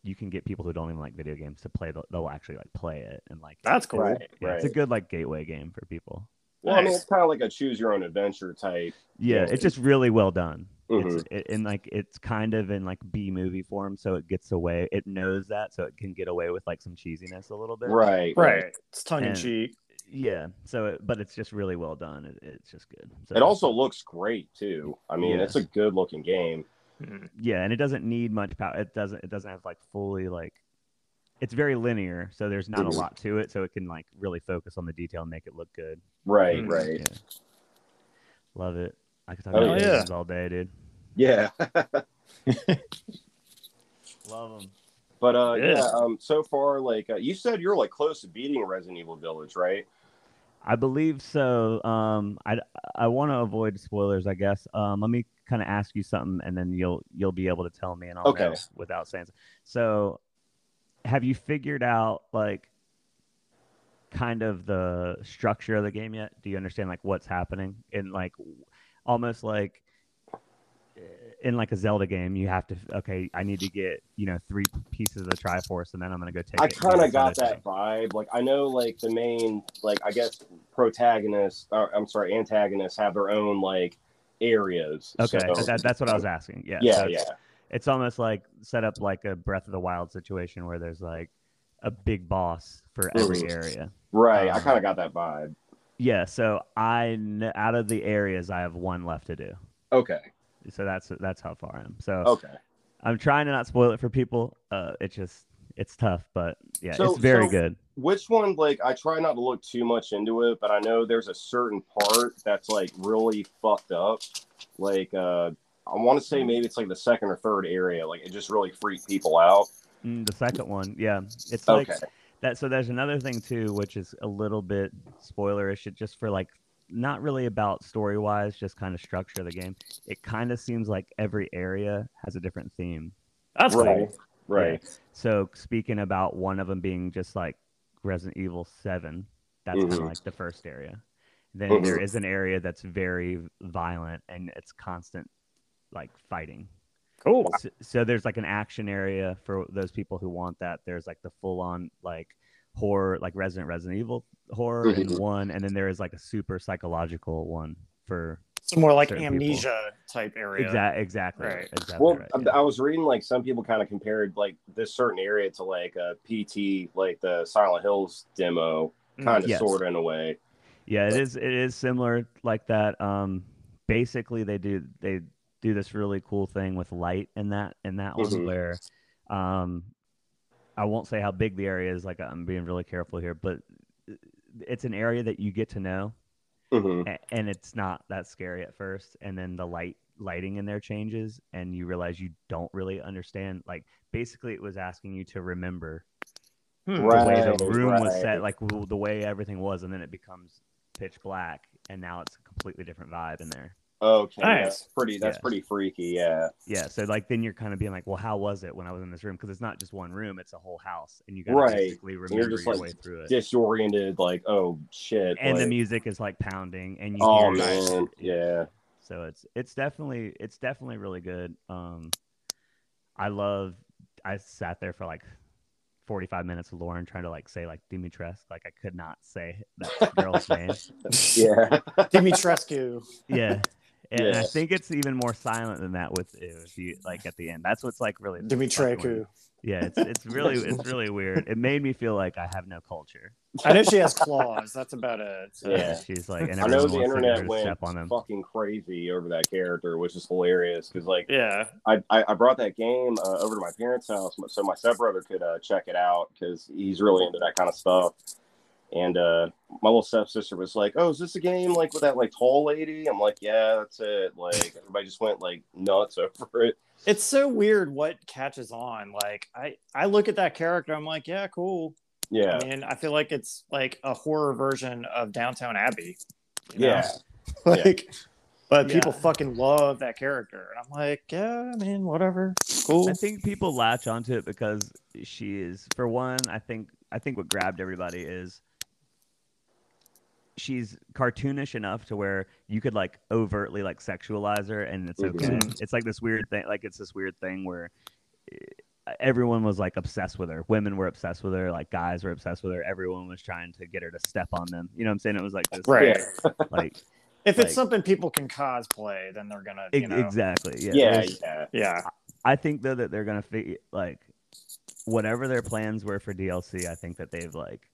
you can get people who don't even like video games to play. The, they'll actually like play it and like. it. That's cool. Right. Yeah, it's a good like gateway game for people. well I mean Nice. it's kind of like a choose your own adventure type Yeah, it's just really well done. It's Mhm. it, and like it's kind of in like B movie form, so it gets away. It knows that, so it can get away with like some cheesiness a little bit. right Right. It's tongue in And- cheek. Yeah. So, it, but it's just really well done. It, it's just good. So, it also looks great too I mean Yeah. it's a good looking game Mhm. yeah, and it doesn't need much power. It doesn't. It doesn't have like fully like. It's very linear, so there's not a Mhm. lot to it. So it can like really focus on the detail and make it look good. Right, Mm. right. Yeah. Love it. I could talk Oh, about yeah. games all day, dude. Yeah. Love them. But uh yeah, Yeah. um so far like uh, you said you're like close to beating Resident Evil Village, right? I believe so. Um, I I want to avoid spoilers, I guess. Um, let me kind of ask you something, and then you'll you'll be able to tell me, and I'll Okay. know without saying. So, have you figured out like kind of the structure of the game yet? Do you understand like what's happening in like w- almost like eh, in like a Zelda game? You have to okay, I need to get you know three pieces of the Triforce, and then I'm gonna go take. I it and do kind of this got other that vibe. Like I know like the main like I guess protagonists or I'm sorry, antagonists have their own like areas. thing. Okay, So- that, that's what I was asking. Yeah, yeah, so- yeah. it's almost like set up like a Breath of the Wild situation where there's like, a big boss for every area. Right. I Um, kind of got that vibe. Yeah, so I kn- out of the areas I have one left to do. Okay. So that's that's how far I am. So Okay. I'm trying to not spoil it for people. Uh, it's just it's tough, but yeah, So- it's very so- good. Which one, Blake? I try not to look too much into it, but I know there's a certain part that's like really fucked up. Like, uh, I want to Mm-hmm. say maybe it's like the second or third area. Like, it just really freaked people out. Mm, the second one, yeah, it's like Okay. that. So there's another thing too, which is a little bit spoilerish, it- just for like not really about story wise, just kind of structure of the game. It kind of seems like every area has a different theme. That's right. cool. Right. So speaking about one of them being just like Resident Evil Seven, that's kind Mhm. of like the first area. Then Mhm. there is an area that's very violent and it's constant like fighting. Cool. So, so there's like an action area for those people who want that. There's like the full on like horror, like Resident Resident Evil horror in Mhm. one, and then there is like a super psychological one for So more like Certain amnesia type area. exactly exactly Right. exactly Well, right, I- yeah. I was reading like some people kind of compared like this certain area to like a PT, like the Silent Hills demo, Mm, kind of yes. sort of in a way. Yeah, it is. It is similar like that. Um, basically, they do they do this really cool thing with light in that in that one Mhm. where, um, I won't say how big the area is. Like I'm being really careful here, but uh, it's an area that you get to know, Mhm. a- and it's not that scary at first. And then the light lighting in there changes, and you realize you don't really understand. Like basically, it was asking you to remember Hmm. Right. the way the room was right. set, like w- the way everything was, and then it becomes pitch black, and now it's a completely different vibe in there. Okay, Nice. that's pretty. That's Yeah. pretty freaky. Yeah. Yeah, so like then you're kind of being like, well, how was it when I was in this room? Because it's not just one room; it's a whole house, and you gotta Right. basically remember just, your like, way through it. Disoriented, like oh shit. and the like, music is like pounding, and you Oh hear it. man, [LAUGHS] yeah. So it's it's definitely it's definitely really good. Um, I love. I sat there for like. 45 minutes with Lauren trying to like say like Dimitrescu like I could not say that [LAUGHS] girl's name Yeah. [LAUGHS] Dimitrescu. yeah. And Yeah. I think it's even more silent than that with uh, if you like at the end. That's what's like really fucking Dimitrescu. weird. Yeah, [LAUGHS] it's it's really it's really weird. It made me feel like I have no culture. I know she has claws. That's about it. So Yeah. she's like, and I know the everyone wants to internet go went step on them. fucking crazy over that character, which is hilarious because like Yeah. I, I I brought that game uh, over to my parents' house so my stepbrother could uh, check it out because he's really into that kind of stuff. And uh, my little stepsister was like, "Oh, is this a game like with that like tall lady?" I'm like, "Yeah, that's it." Like everybody just went like nuts [LAUGHS] over it. It's so weird what catches on. Like I, I look at that character, I'm like, yeah, cool. Yeah, I mean, I feel like it's like a horror version of Downtown Abbey. you know? yeah, [LAUGHS] Like, but Yeah. people fucking love that character, and I'm like, yeah, I mean, whatever, cool. I think people latch onto it because she is, for one, I think I think what grabbed everybody is she's cartoonish enough to where you could like overtly like sexualize her and it's okay. Mhm. It's like this weird thing, like it's this weird thing where eh, everyone was like obsessed with her. Women were obsessed with her, like guys were obsessed with her. Everyone was trying to get her to step on them. You know what I'm saying? It was like this, Right. Yeah. Like If Like- it's something people can cosplay, then they're gonna, [LAUGHS] you ex- know, exactly, yeah. yeah, There's- yeah. yeah, I think though that they're gonna fi- like whatever their plans were for DLC. I think that they've like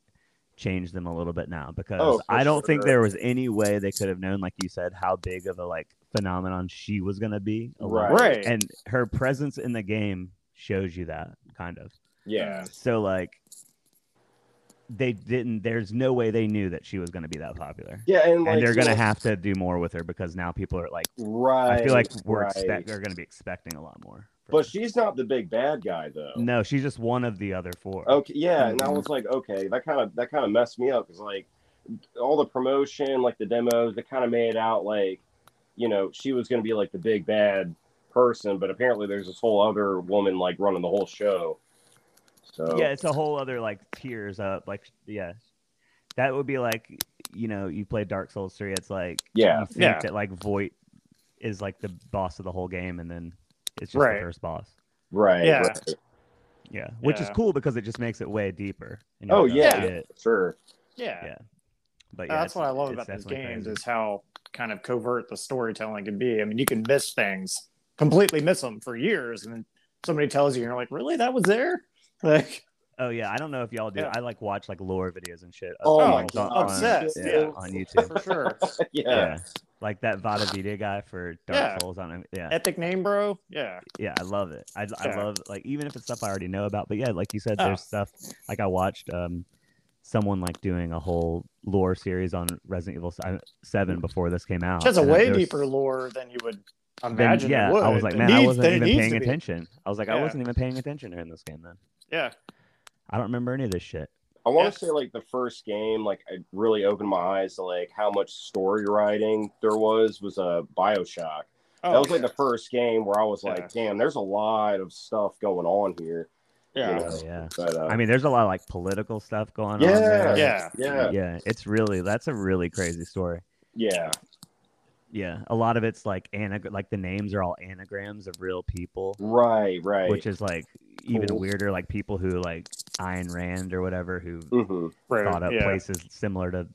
changed them a little bit now because Oh, for I don't think sure. there was any way they could have known, like you said, how big of a like phenomenon she was gonna be. alone. Right. right, And her presence in the game shows you that kind of. yeah. So like they didn't. There's no way they knew that she was gonna be that popular. Yeah, and, like, And they're gonna so- have to do more with her because now people are like, Right. I feel like we're right. expect they're gonna be expecting a lot more. from her. But she's not the big bad guy though. No, she's just one of the other four. Oh. Okay. Yeah, and I Mhm. was like, okay, that kind of that kind of messed me up because like all the promotion, like the demos, they kind of made out like, you know, she was gonna be like the big bad person, but apparently there's this whole other woman like running the whole show. So Yeah, it's a whole other like tiers up. Like, yeah, that would be like you know you play Dark Souls three. It's like Yeah. you think Yeah. that like Voight is like the boss of the whole game, and then it's just Right. the first boss. right. Yeah. right. Yeah, which is Yeah. cool because it just makes it way deeper. and you Oh don't yeah, get it. sure. [LAUGHS] yeah. Yeah, but yeah, that's it's- what I love it's about these definitely games crazy. is how kind of covert the storytelling can be. I mean, you can miss things, completely miss them for years, and then somebody tells you, and you're [LAUGHS] like, really, that was there? Like, Oh yeah, I don't know if y'all do. Yeah. I like watch like lore videos and shit. Oh, on- my on- God. on- Obsessed, yeah, dude. on YouTube. for [LAUGHS] sure. Yeah. yeah. like that Vada Vida guy for Dark Yeah. Souls. I don't. Yeah, Epic name, bro. Yeah, yeah, I love it. I, I Yeah. love like even if it's stuff I already know about. But yeah, like you said, Oh. there's stuff like I watched um someone like doing a whole lore series on Resident Evil se- Seven before this came out. it has a and I- way there was- deeper lore than you would then, imagine. it yeah, would. I was like, It man, I needs- wasn't then it even needs paying to be. attention. I was like, I Yeah. wasn't even paying attention during this game then. Yeah, I don't remember any of this shit. I want Yeah. to say like the first game, like I really opened my eyes to like how much story writing there was was a uh, Bioshock. oh, that was like yeah. the first game where I was like, damn, there's a lot of stuff going on here. you yeah. know? Oh, yeah. But, uh, I mean, there's a lot of like political stuff going on. Yeah. there. Yeah. yeah, yeah. It's really that's a really crazy story. yeah, Yeah, a lot of it's like anag- like the names are all anagrams of real people, right, right. which is like even Cool. weirder. Like people who like Ayn Rand or whatever who [LAUGHS] hmm Right, thought up yeah. places similar to.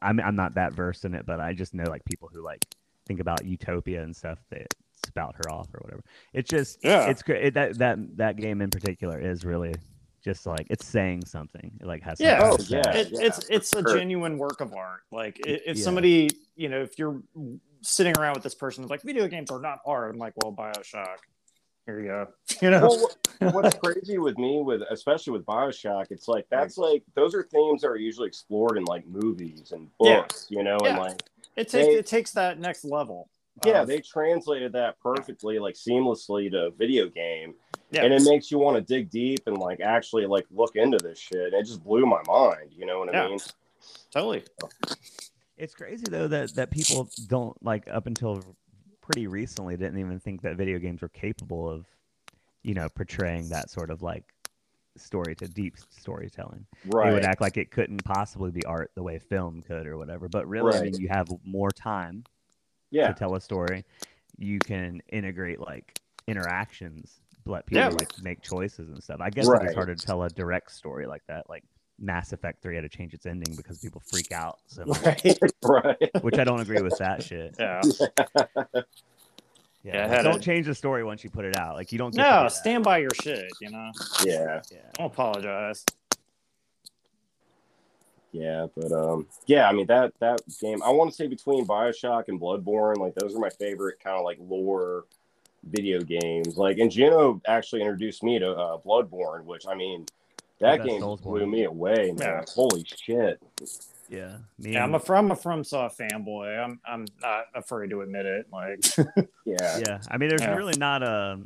I'm I'm not that versed in it, but I just know like people who like think about utopia and stuff that spout her off or whatever. It's just Yeah. it's great. It, that that that game in particular is really just like it's saying something. It like has Yeah. something Oh, to say. yeah. it, it's it's a sure. genuine work of art. Like i- if Yeah. somebody, you know, if you're sitting around with this person, it's like video games are not art. I'm like, well, Bioshock. Here you go. [LAUGHS] You know, well, what- what's crazy with me with especially with bioshock it's like that's like those are themes that are usually explored in like movies and Yeah. books you know and Yeah. like it takes they- it takes that next level. yeah of- they translated that perfectly like seamlessly to a video game yeah. and it makes you want to dig deep and like actually like look into this shit it just blew my mind you know what Yeah. i mean totally. It's crazy though that that people don't like up until pretty recently didn't even think that video games were capable of, you know, portraying that sort of like story to deep storytelling. They would right act like it couldn't possibly be art the way film could or whatever. But really, I mean, Right. you have more time yeah [LAUGHS] to tell a story. You can integrate like interactions, let people Yeah. like make choices and stuff. I guess Right. it's harder to tell a direct story like that. Like Mass Effect Three had to change its ending because people freak out so much Right. [LAUGHS] right which I don't agree with that shit. [LAUGHS] Yeah. Yeah, [LAUGHS] Yeah, I like, had don't a- change the story once you put it out. Like you don't. Get to do No, that. stand by your shit. You know, yeah Yeah. don't apologize. yeah but um yeah i mean that that game i want to say between bioshock and bloodborne like those are my favorite kind of like lore video games like and Gino actually introduced me to uh, bloodborne which i mean that That's game Soulsborne. blew me away man. Yeah. holy shit Yeah. Me Yeah, I'm and- a from a FromSoft fanboy. I'm I'm not afraid to admit it. [LAUGHS] Like, yeah yeah. I mean, there's Yeah. really not a,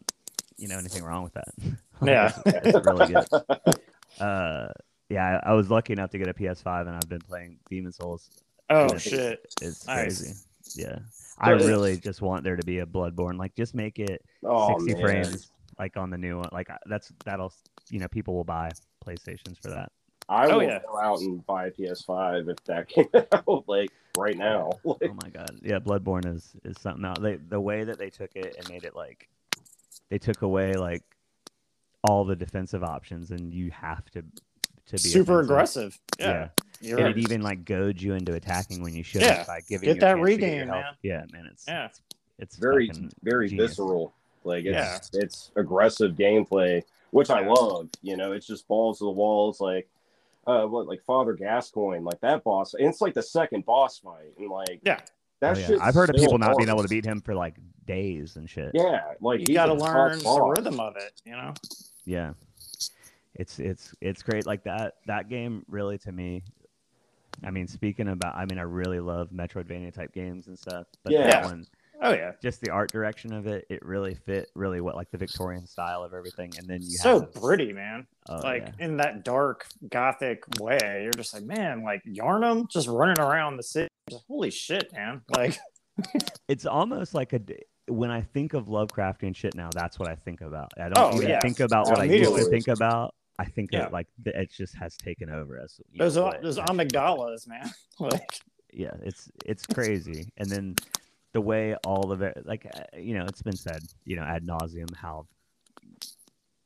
you know, anything wrong with that. [LAUGHS] Yeah. it's, it's really good. [LAUGHS] Uh, yeah, I, I was lucky enough to get a PS5, and I've been playing Demon Souls. oh Yeah. shit, It's Nice. crazy. Yeah. I But it's- really just want there to be a Bloodborne. Like, just make it oh 60 man. frames, like on the new one. Like I- that's that'll, you know, people will buy PlayStations for that. I Oh, will yeah. go out and buy a PS5 if that [LAUGHS] came out like right now. [LAUGHS] Like, oh [LAUGHS] my god yeah bloodborne is is something out they, the way that they took it and made it like they took away like all the defensive options and you have to to be super offensive. aggressive. Yeah, yeah, You're, and it even like goads you into attacking when you should Yeah. by giving Get you a that chance to get your regain, health. man. yeah man it's yeah. it's very fucking very genius. visceral. Like it's it's aggressive gameplay, which I Yeah. love. You know, it's just balls to the walls. Like uh, what like Father Gascoigne, like that boss. And it's like the second boss fight, and like Yeah. Oh, that yeah. shit's i've heard of still people not hard. being able to beat him for like days and shit Yeah, like you he's got to a tough learn the boss. rhythm of it. You know. yeah it's it's it's great like that that game really to me i mean speaking about i mean i really love metroidvania type games and stuff but that Yeah. one Oh yeah. just the art direction of it it really fit really what like the victorian style of everything and then you so have, pretty, man. oh, like yeah. in that dark gothic way, you're just like, man, like Yarnum just running around the city. Just, Holy shit, man! Like, it's almost like a d- when i think of lovecraftian shit now that's what i think about i Oh, don't even yeah. think about what i used to Immediately. think about i think Yeah. that like th- it just has taken over as you know, those what- those amygdalas, man. [LAUGHS] Like, yeah it's it's crazy and then the way all of it like uh, you know it's been said you know ad nauseum how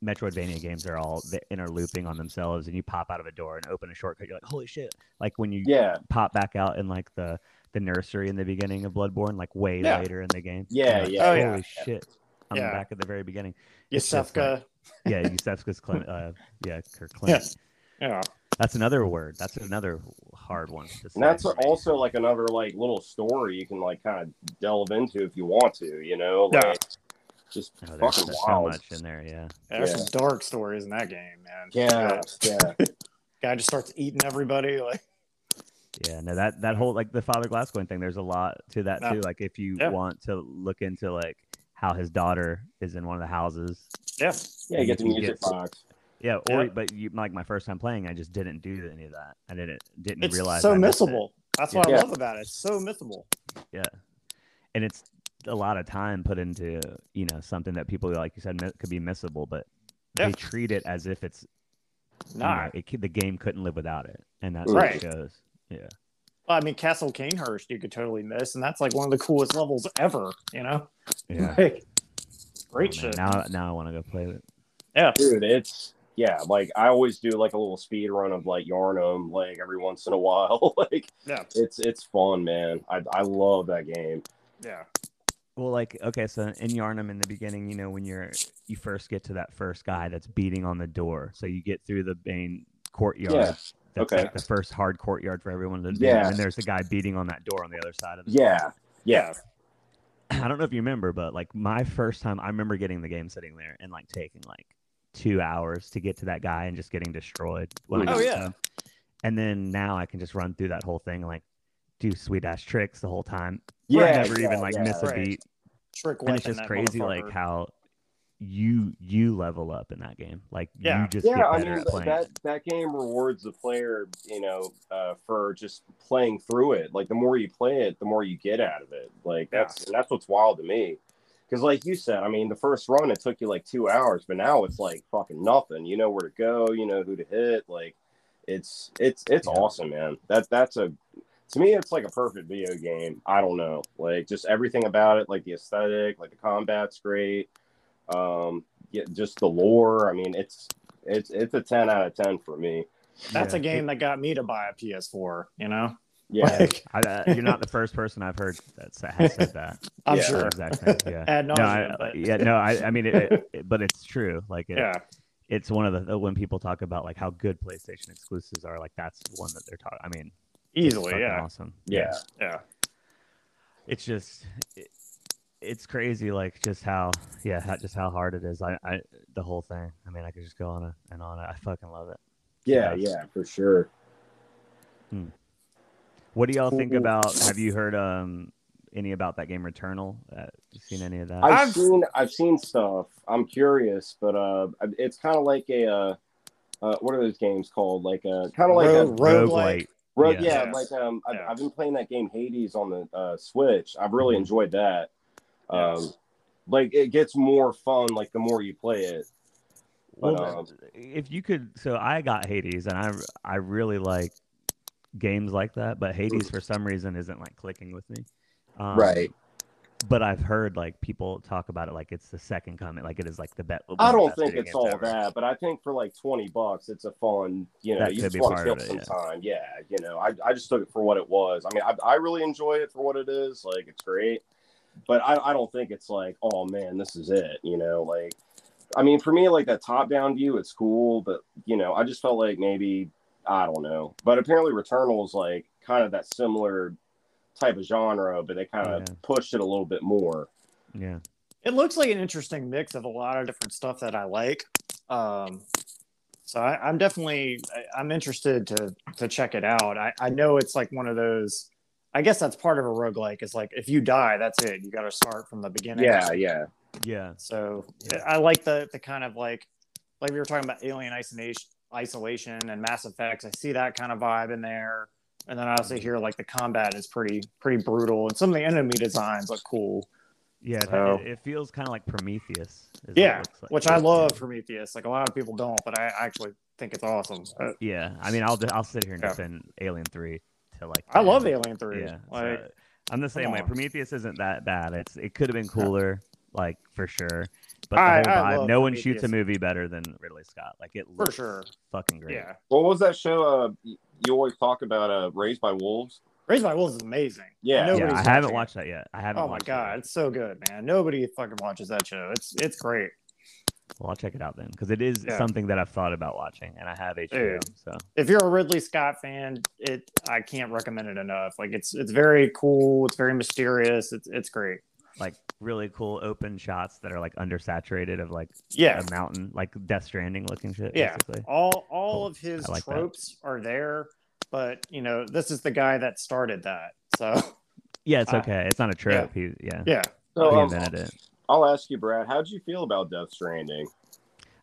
metroidvania games are all the interlooping on themselves and you pop out of a door and open a shortcut you're like holy shit like when you Yeah, pop back out in like the the nursery in the beginning of bloodborne like way Yeah. later in the game Yeah, You're like, yeah. Oh, yeah. holy shit i'm Yeah. back at the very beginning It's just Yusefka. [LAUGHS] yeah, Eustachius Clint. Uh, yeah, Kirk Clint. Yes. Yeah. That's another word. That's another hard one. To say. And that's also like another like little story you can like kind of delve into if you want to, you know? Like, Yeah. Just Oh, there's fucking so wild. much in there. Yeah. There's Yeah. some dark stories in that game, man. Yeah, yeah. Guy just starts eating everybody. [LAUGHS] Like, Yeah, no, that that whole like the Father Glasgow thing. There's a lot to that Yeah. too. Like if you Yeah. want to look into like how his daughter is in one of the houses. yeah. Yeah, you get the [LAUGHS] You music get- box. Yeah, or Yeah. but you like my first time playing, I just didn't do any of that. I didn't didn't It's realize so I missed it. missable. That's what Yeah. I love about it. It's so missable. and it's a lot of time put into you know something that people like you said mi- could be missable, but Yeah. they treat it as if it's you know, Nah. it could- the game couldn't live without it, and that's Right. what it shows. Yeah, Well, I mean, Castle Kanehurst, you could totally miss, and that's like one of the coolest levels ever. You know, Like, great Oh, man, shit. Now, now I want to go play it. yeah, Dude, it's yeah, like I always do like a little speed run of like Yarnum like every once in a while. [LAUGHS] like yeah, it's it's fun, man. I I love that game. yeah, Well, like okay, so in Yarnum in the beginning, you know, when you're you first get to that first guy that's beating on the door, so you get through the main courtyard. Yeah. That's okay. like the first hard courtyard for everyone to Yeah. And there's the guy beating on that door on the other side of the Yeah. Yeah. [CLEARS THROAT] I don't know if you remember, but like my first time, I remember getting the game sitting there and like taking like two hours to get to that guy and just getting destroyed. when I Oh, got to yeah. him. And then now I can just run through that whole thing and like do sweet ass tricks the whole time. Yeah. I never yeah, even like yeah. miss a Right. beat. Trick And weapon. it's just that crazy like motherfucker. how you you level up in that game. Like Yeah. you just Yeah, get I better mean at playing. that that game rewards the player, you know, uh, for just playing through it. Like the more you play it, the more you get out of it. Like that's and that's what's wild to me. Because like you said, I mean, the first run it took you like two hours, but now it's like fucking nothing. You know where to go, you know who to hit. Like it's it's it's Yeah. awesome, man. That that's a to me it's like a perfect video game. I don't know, like just everything about it, like the aesthetic, like the combat's great. Um, yeah, just the lore. I mean, it's it's it's a ten out of ten for me. that's Yeah. a game that got me to buy a PS4. You [LAUGHS] know, Yeah, Like, I, uh, you're not the first person I've heard that sa- has said that. I'm [LAUGHS] Yeah. sure. Exactly. [LAUGHS] Yeah. Ad no, I, uh, nauseam, but- yeah, no, I, I mean, it, it- but it's true. Like, it, Yeah, it's one of the when people talk about like how good PlayStation exclusives are, like that's one that they're talking. I mean, it's easily. fucking Yeah, awesome. yeah, yeah, it's just, it, it's crazy, like just how, yeah, how, just how hard it is. I, I, the whole thing. I mean, I could just go on and on. I fucking love it. yeah, yeah, for sure. What do y'all think Cool. about? Have you heard um any about that game Returnal? Uh, you seen any of that? I've, I've- seen I've seen stuff. I'm curious, but uh, it's kind of like a uh, uh, what are those games called? Like a kind of like a Road- roguelike. Well, Yeah. yeah, Yes. like um, I've, Yeah. Mm-hmm. I've been playing that game Hades on the uh, Switch. I've really Mhm. enjoyed that. Um, Yes. like it gets more fun like the more you play it. Well, uh, But, th- if you could, so I got Hades, and I I really like games like that, but Hades for some reason isn't like clicking with me. Um, But I've heard like people talk about it like it's the second coming, like it is like the bet. one of I the don't best think video it's games all ever. that, but I think for like twenty bucks, it's a fun. You know, That you could just be want to part kill of it, some yeah. time. Yeah, you know, I, I just took it for what it was. I mean, I, I really enjoy it for what it is. Like it's great, but I I don't think it's like oh man, this is it. You know, like I mean, for me, like that top down view, it's cool, but you know, I just felt like maybe I don't know. But apparently, Returnal is like kind of that similar type of genre, but they kind of Yeah. pushed it a little bit more. Yeah, it looks like an interesting mix of a lot of different stuff that I like. Um, so I, I'm definitely I, I'm interested to to check it out. I, I know it's like one of those. I guess that's part of a roguelike. Is like if you die, that's it. You got to start from the beginning. Yeah, yeah, yeah, So Yeah. I like the the kind of like like we were talking about alien isolation isolation and mass effects. I see that kind of vibe in there. And then I also hear like the combat is pretty pretty brutal and some of the enemy designs look cool. yeah. it- So- It, it feels kind of like Prometheus. is what it Yeah, looks like. which I Yeah. love Prometheus. Like a lot of people don't, but I actually think it's awesome. Uh, Yeah, I mean, I'll d- I'll sit here and Yeah. defend Alien Three to like. I love the end. Alien Three. Yeah, uh, like so I'm the same way. on. Prometheus isn't that bad. It's it could have been cooler, like for sure. But the I- whole I vibe, love no one shoots a Prometheus. movie better than Ridley Scott. Like it for looks sure. fucking great. Yeah, What was that show? Uh, y- you always talk about uh, Raised by Wolves. Raised by Wolves is amazing. Yeah. Nobody's yeah. I watching haven't it. watched that yet. I haven't. Oh my watched it god, yet. it's so good, man. Nobody fucking watches that show. It's it's great. Well, I'll check it out then because it is Yeah. something that I've thought about watching, and I have HBO. So if you're a Ridley Scott fan, it I can't recommend it enough. Like it's it's very cool, it's very mysterious, it's it's great. like really cool open shots that are like undersaturated of like Yeah. a mountain, like Death Stranding looking shit. Yeah. Basically. All all Cool. of his I like that. tropes are there, but you know, this is the guy that started that. So Yeah, it's Uh, okay. It's not a trope. He, yeah. yeah. So He um, invented it. I'll ask you, Brad, how'd you feel about Death Stranding?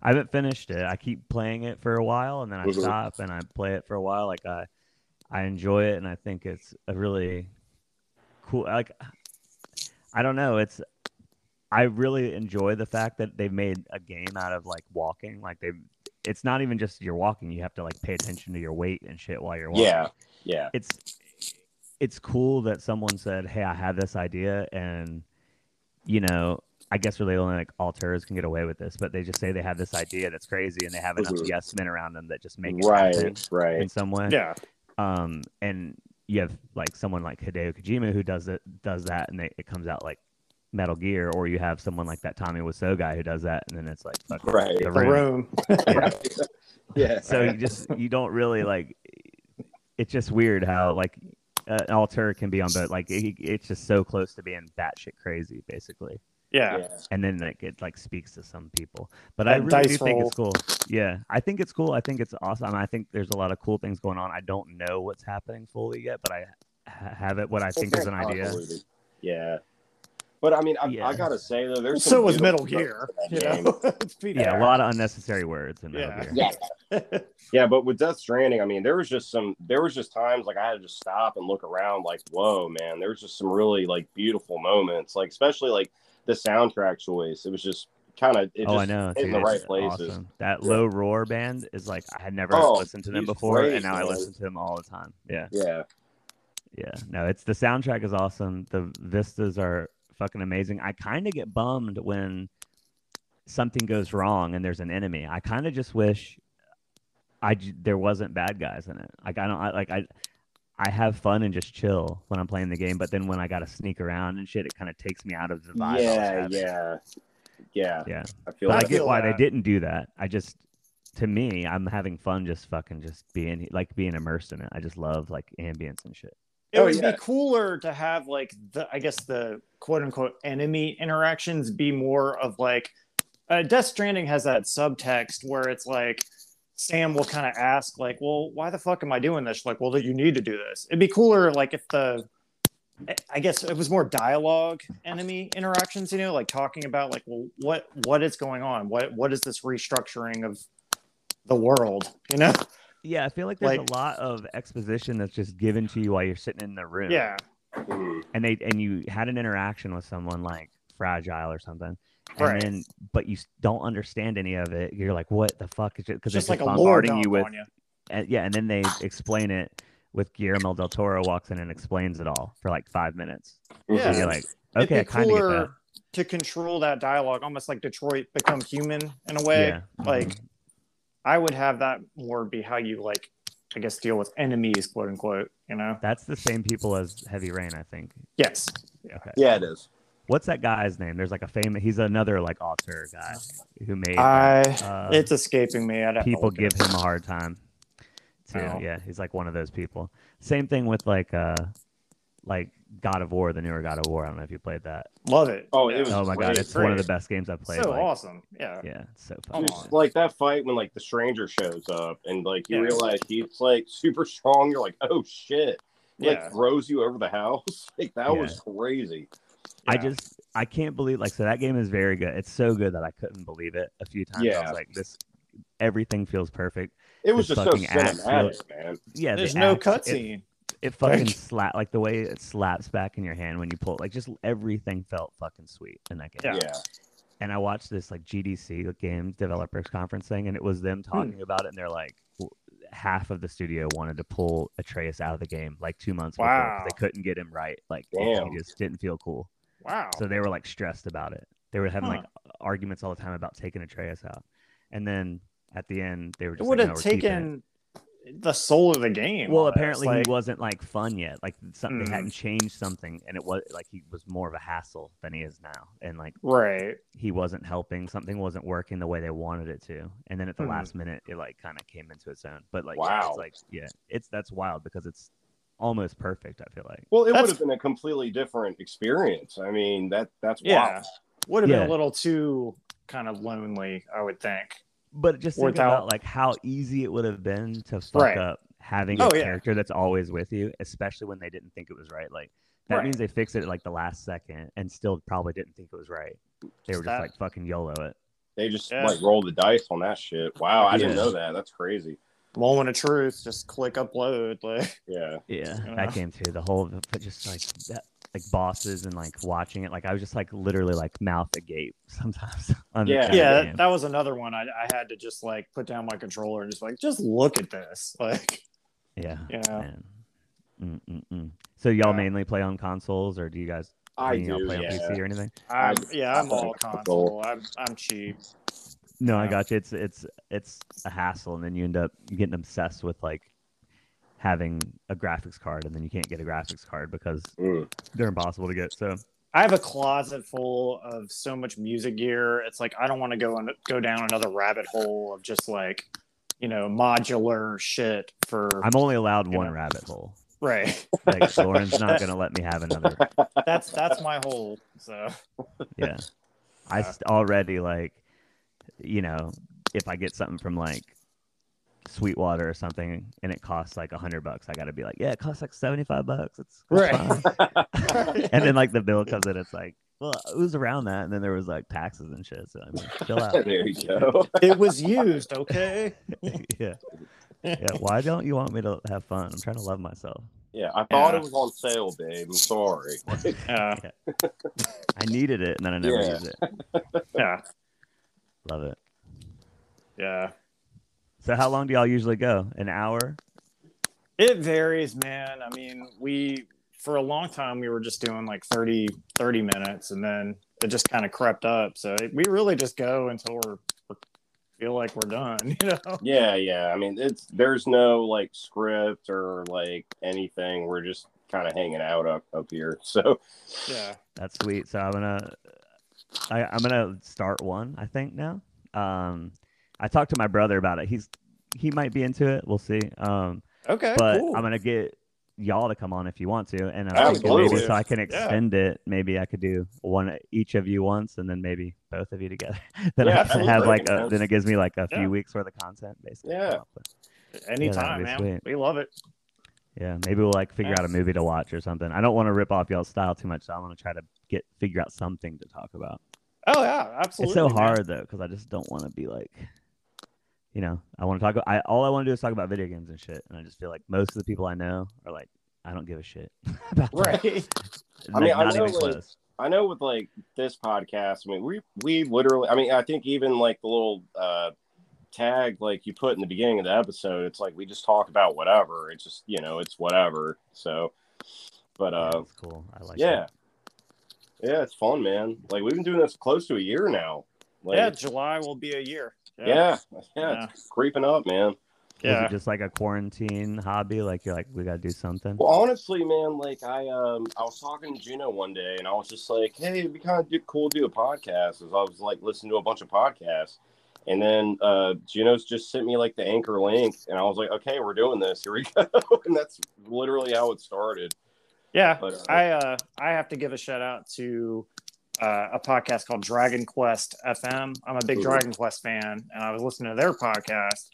I haven't finished it. I keep playing it for a while and then I Mhm. stop and I play it for a while. Like I, I enjoy it and I think it's a really cool. Like I don't know. It's I really enjoy the fact that they've made a game out of like walking. Like they, have it's not even just you're walking. You have to like pay attention to your weight and shit while you're walking Yeah, yeah, it's it's cool that someone said, "Hey, I had this idea," and you know, I guess really only like auteurs can get away with this, but they just say they have this idea that's crazy, and they have enough Mhm. yes men around them that just make it happen right, in right. some way. [LAUGHS] Yeah. Um, and you have like someone like Hideo Kojima who does that does that, and they, it comes out like Metal Gear, or you have someone like that Tommy Wiseau guy who does that, and then it's like fuck, Right. The The room. room. [LAUGHS] Yeah. Yeah. so [LAUGHS] you just you don't really like it's just weird how like uh, an alter can be on both like it, it's just so close to being batshit crazy basically Yeah. yeah. and then like it like speaks to some people but i That really do dice think it's cool yeah i think it's cool i think it's awesome i think there's a lot of cool things going on i don't know what's happening fully yet but i ha- have it what i think is an idea Convoluted. Yeah. But I mean, I, Yeah. I gotta say though, there's So some was beautiful Metal Gear. stuff in You that game. know? [LAUGHS] It's beat yeah, up. a lot of unnecessary words in Metal Yeah. Gear. Yeah. [LAUGHS] Yeah, but with Death Stranding, I mean, there was just some, there was just times like I had to just stop and look around, like, whoa, man, there was just some really like beautiful moments, like especially like the soundtrack choice. It was just kind of, it oh, just I know. hit in dude, the it's right places. awesome. That Yeah. low roar band is like I had never Oh, listened to them he's before, great, and now I man. listen to them all the time. Yeah, Yeah, yeah. No, it's the soundtrack is awesome. The vistas are fucking amazing. I kind of get bummed when something goes wrong and there's an enemy. I kind of just wish I j- there wasn't bad guys in it. Like I don't I, like I. I have fun and just chill when I'm playing the game, but then when I gotta sneak around and shit, it kind of takes me out of the vibe. I was yeah, having. yeah, yeah, Yeah. I feel But I like get feel why that. they didn't do that. I just, to me, I'm having fun just fucking just being like being immersed in it. I just love like ambience and shit. it Oh, would yeah. be cooler to have like the i guess the quote unquote enemy interactions be more of like uh, death stranding has that subtext where it's like sam will kind of ask like well why the fuck am i doing this like well you need to do this it'd be cooler like if the i guess it was more dialogue enemy interactions you know like talking about like well what what is going on what what is this restructuring of the world you know Yeah, I feel like there's Like- a lot of exposition that's just given to you while you're sitting in the room. yeah Mhm. and they and you had an interaction with someone like fragile or something. And Right. then, but you s- don't understand any of it. You're like, what the fuck is it? Because just they're like just a lore bombarding dump you with on you and, yeah, and then they explain it with Guillermo del Toro walks in and explains it all for like five minutes. Yeah. Mm-hmm. And you're like, okay, I it'd be kind of get that. cooler to control that dialogue, almost like Detroit become human in a way. yeah. Like Mhm. I would have that more be how you like, I guess, deal with enemies, quote unquote. You know? That's the same people as Heavy Rain, I think. Yes. Okay. yeah, it is. What's that guy's name? There's like a famous. He's another like author guy who made. I. uh, it's escaping me. I'd have to people look it give up. him a hard time. Too. Oh. Yeah, he's like one of those people. Same thing with like uh, like God of War, the newer God of War. I don't know if you played that. Love it. Oh, Yeah. it was Oh my god, great. it's one of the great. best games I've played. so like, awesome. Yeah. Yeah, it's so Come fun. on. Just like that fight when like the stranger shows up and like you Yeah. realize he's like super strong. You're like, oh shit! Like Yeah. throws you over the house. [LAUGHS] Like that was crazy. I Yeah. just I can't believe like so that game is very good. It's so good that I couldn't believe it a few times. I Yeah. was like this everything feels perfect. It was This just so fucking axe cinematic, man. Yeah, the There's no axe, It, cutscene. it fucking Like- [LAUGHS] slap like the way it slaps back in your hand when you pull it, like just everything felt fucking sweet in that game. Yeah. Yeah. and I watched this like GDC like, game developers conference thing, and it was Hmm. them talking about it, and they're like, w- half of the studio wanted to pull Atreus out of the game like two months before 'cause Wow. they couldn't get him right. Like he- Damn. he just didn't feel cool, Wow. so they were like stressed about it. They were having Huh. like arguments all the time about taking Atreus out, and then at the end they were it just would like, have "No, we're keeping it." taken. It. the soul of the game. Well, almost. apparently Like, he wasn't like fun yet. Like something Mhm. they hadn't changed something, and it was like he was more of a hassle than he is now, and like right. he wasn't helping. Something wasn't working the way they wanted it to, and then at the Mhm. last minute, it like kind of came into its own. But like, yeah, Wow. it's like yeah, it's that's wild because it's almost perfect. I feel like. Well, it That's- would have been a completely different experience. I mean, that that's Yeah. wild. Would have Yeah. been a little too kind of lonely, I would think. But just think Without- about like how easy it would have been to fuck Right. up having Oh, a yeah. character that's always with you, especially when they didn't think it was right. Like that Right. means they fixed it at like the last second and still probably didn't think it was right. They were just That- like fucking YOLO it. They just Yeah. like rolled the dice on that shit. Wow, I didn't Yeah. know that. That's crazy. Moment of truth, just click upload. [LAUGHS] Like, Yeah. Yeah. Yeah. That game too. The whole but just like that like bosses and like watching it. Like I was just like literally like mouth agape [LAUGHS] sometimes. on the Yeah. kind of yeah, game. that, that was another one. I, I had to just like put down my controller and just like just look at this. [LAUGHS] Like, yeah. you know, Man. Mm, mm, mm. So y'all Yeah. mainly play on consoles or do you guys I any of y'all do. play on PC Yeah. or anything? I, I- yeah, I'm I- all console. I'm I'm cheap. No, I Yeah. got you. It's it's it's a hassle, and then you end up getting obsessed with like having a graphics card, and then you can't get a graphics card because Mm. they're impossible to get. So I have a closet full of so much music gear. It's like I don't want to go and go down another rabbit hole of just like, you know, modular shit for I'm only allowed Yeah. one rabbit hole. [LAUGHS] right. Like Lauren's not gonna let me have another. That's that's my hole. So Yeah, I Yeah. st- already like, you know, if I get something from like Sweetwater or something, and it costs like a hundred bucks, I gotta be like, yeah, it costs like seventy five bucks. It's, it's Right. fine. and then like the bill comes in, it's like, well, it was around that, and then there was like taxes and shit. So I mean, [LAUGHS] chill out. there you go. it [LAUGHS] was used, okay? [LAUGHS] yeah, yeah. Why don't you want me to have fun? I'm trying to love myself. Yeah, I thought Yeah. it was on sale, babe. I'm sorry. Yeah. I needed it, and then I never Yeah. used it. Yeah. Love it. Yeah. So how long do y'all usually go? An hour? It varies, man. I mean, we for a long time we were just doing like 30 30 minutes and then it just kind of crept up. So it, we really just go until we're, we feel like we're done, [LAUGHS] you know. Yeah, yeah. I mean, it's there's no like script or like anything. We're just kind of hanging out up up here. So Yeah. That's sweet. So I'm gonna, I, I'm gonna start one. I think now. Um, I talked to my brother about it. He's he might be into it. We'll see. Um, Okay. but cool. I'm gonna get y'all to come on if you want to, and I I'm would thinking love maybe to. so I can Yeah. extend it. Maybe I could do one each of you once, and then maybe both of you together. [LAUGHS] then Yeah, I have, to have absolutely. like a, then it gives me like a Yeah. few weeks worth of content, basically. Yeah. Anytime, Yeah, that'd man. be We love it. Yeah, maybe we'll like figure out a Yes. movie to watch or something. I don't want to rip off y'all's style too much, so I want to try to get figure out something to talk about. Oh yeah, absolutely. It's so man. hard though because I just don't want to be like, you know, I want to talk. I all I want to do is talk about video games and shit, and I just feel like most of the people I know are like, I don't give a shit [LAUGHS] about [LAUGHS] that. Right. Like, mean, I not know, even like- close. I know with like this podcast, I mean, we we literally, I mean, I think even like the little uh tag like you put in the beginning of the episode, it's like we just talk about whatever. It's just you know, it's whatever. So, but Yeah, uh, that's cool. I like. yeah, that. yeah, it's fun, man. Like we've been doing this close to a year now. Like, yeah, July will be a year. yeah, yeah, it's creeping up, man. Yeah. Was it just like a quarantine hobby? Like you're like, we gotta do something. Well, honestly, man, like I um I was talking to Juno one day, and I was just like, "Hey, it'd be kind of do, cool to do a podcast." As I was like listening to a bunch of podcasts, and then uh Juno's just sent me like the anchor link, and I was like, "Okay, we're doing this. Here we [LAUGHS] go." and that's literally how it started. Yeah. But uh, I uh I have to give a shout out to uh, a podcast called Dragon Quest FM. I'm a big Mhm. Dragon Quest fan, and I was listening to their podcast,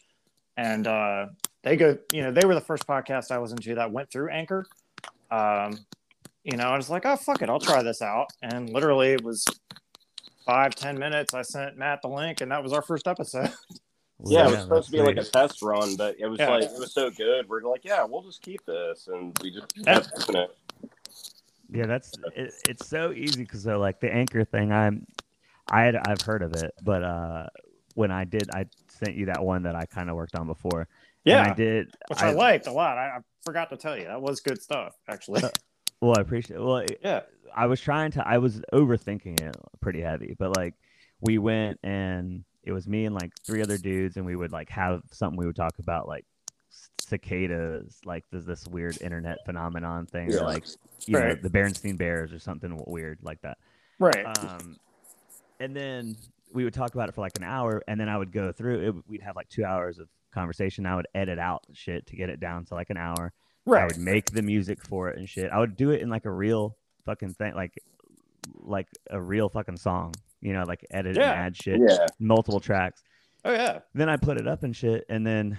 and uh, they go, you know, they were the first podcast I listened to that went through Anchor. Um, you know, I was like, oh fuck it, I'll try this out, and literally it was five ten minutes. I sent Matt the link, and that was our first episode. [LAUGHS] Well, yeah, it was supposed that's to be like a sweet. test run, but it was Yeah. like it was so good. We're like, "Yeah, we'll just keep this," and we just kept doing it. Yeah, that's it, it's so easy because so like the anchor thing, I'm I had, I've heard of it, but uh, when I did, I sent you that one that I kind of worked on before. and I Yeah, did. which I, I- liked a lot. I, I forgot to tell you that was good stuff, Uh, actually. Well, I appreciate. Well, it, yeah, I was trying to. I was overthinking it pretty heavy, but like we went and it was me and like three other dudes, and we would like have something we would talk about like s- cicadas. Like there's this weird internet phenomenon thing, Yeah. like you know, Right. the Berenstein Bears or something weird like that. [LAUGHS] Right. Um, and then we would talk about it for like an hour, and then I would go through. It, we'd have like two hours of conversation. I would edit out shit to get it down to like an hour. I right. would make the music for it and shit. I would do it in like a real fucking thing, like like a real fucking song. You know, like edit Yeah. and add shit, Yeah. multiple tracks. Oh yeah. Then I put it up and shit, and then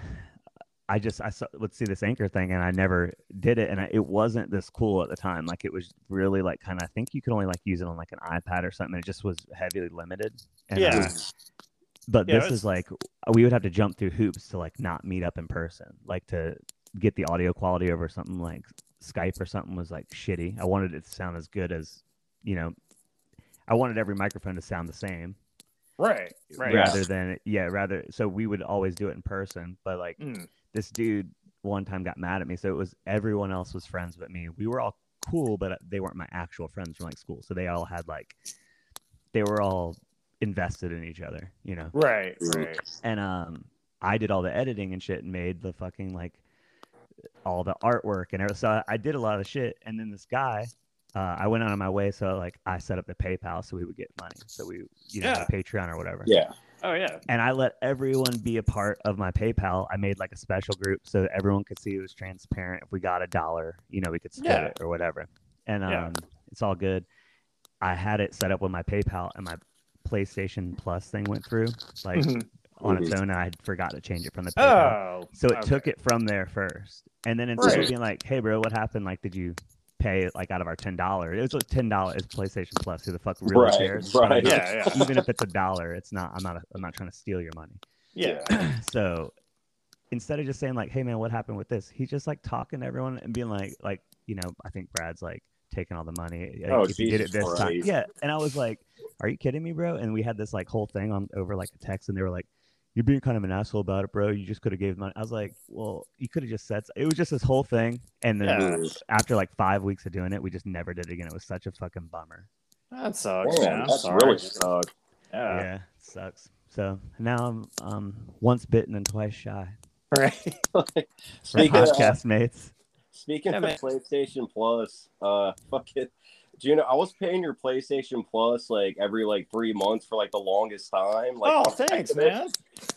I just I saw, would see this anchor thing, and I never did it, and I, it wasn't this cool at the time. Like it was really like kind of. I think you could only like use it on like an iPad or something. It just was heavily limited. And uh, I Yeah. was- but Yeah, this it's- is like we would have to jump through hoops to like not meet up in person like to get the audio quality over something like skype or something was like shitty i wanted it to sound as good as you know i wanted every microphone to sound the same Right. Right. Yeah. rather than yeah rather so we would always do it in person but like Mm. this dude one time got mad at me so it was everyone else was friends but me we were all cool but they weren't my actual friends from like school so they all had like they were all invested in each other you know Right. Mm. Right. and um I did all the editing and shit and made the fucking like all the artwork and everything. So I- I did a lot of shit and then this guy uh, I went out of my way so like I set up the PayPal so we would get money. So we you know Yeah. Patreon or whatever. Yeah. Oh yeah. And I let everyone be a part of my PayPal. I made like a special group so that everyone could see it was transparent. If we got a dollar, you know, we could split Yeah. it or whatever. And um, Yeah. it's all good. I had it set up with my PayPal and my PlayStation Plus thing went through. Like [LAUGHS] Mhm. on its own. and I forgot to change it from the PayPal. Oh. so it okay. took it from there first, and then instead Right. of being like, "Hey, bro, what happened? Like, did you pay like out of our ten dollars? It was like ten dollars. It's PlaySation Plus. Who the fuck really Right, cares? right. Like, Yeah. Yeah. Even if it's a dollar, it's not. I'm not. A, I'm not trying to steal your money. [LAUGHS] Yeah. So instead of just saying like, "Hey, man, what happened with this?" He's just like talking to everyone and being like, like you know, I think Brad's like taking all the money. Like, Oh, if you did it Jesus this time, Christ. yeah. And I was like, "Are you kidding me, bro?" And we had this like whole thing on over like a text, and they were like. You're being kind of an asshole about it, bro. You just could have gave money. I was like, well, you could have just said. It was just this whole thing, and then Yeah. after like five weeks of doing it, we just never did it again. It was such a fucking bummer. That sucks. man. Damn, I'm that's sorry. really sucks. Yeah. yeah, it sucks. So now I'm um, once bitten and twice shy. [LAUGHS] [LAUGHS] Right. We're Speaking of, uh, podcast mates. Speaking Yeah, of man. PlayStation Plus, uh, [LAUGHS] fuck it. Do you know I was paying your PlayStation Plus like every like three months for like the longest time? Like, oh, on thanks, accident. man.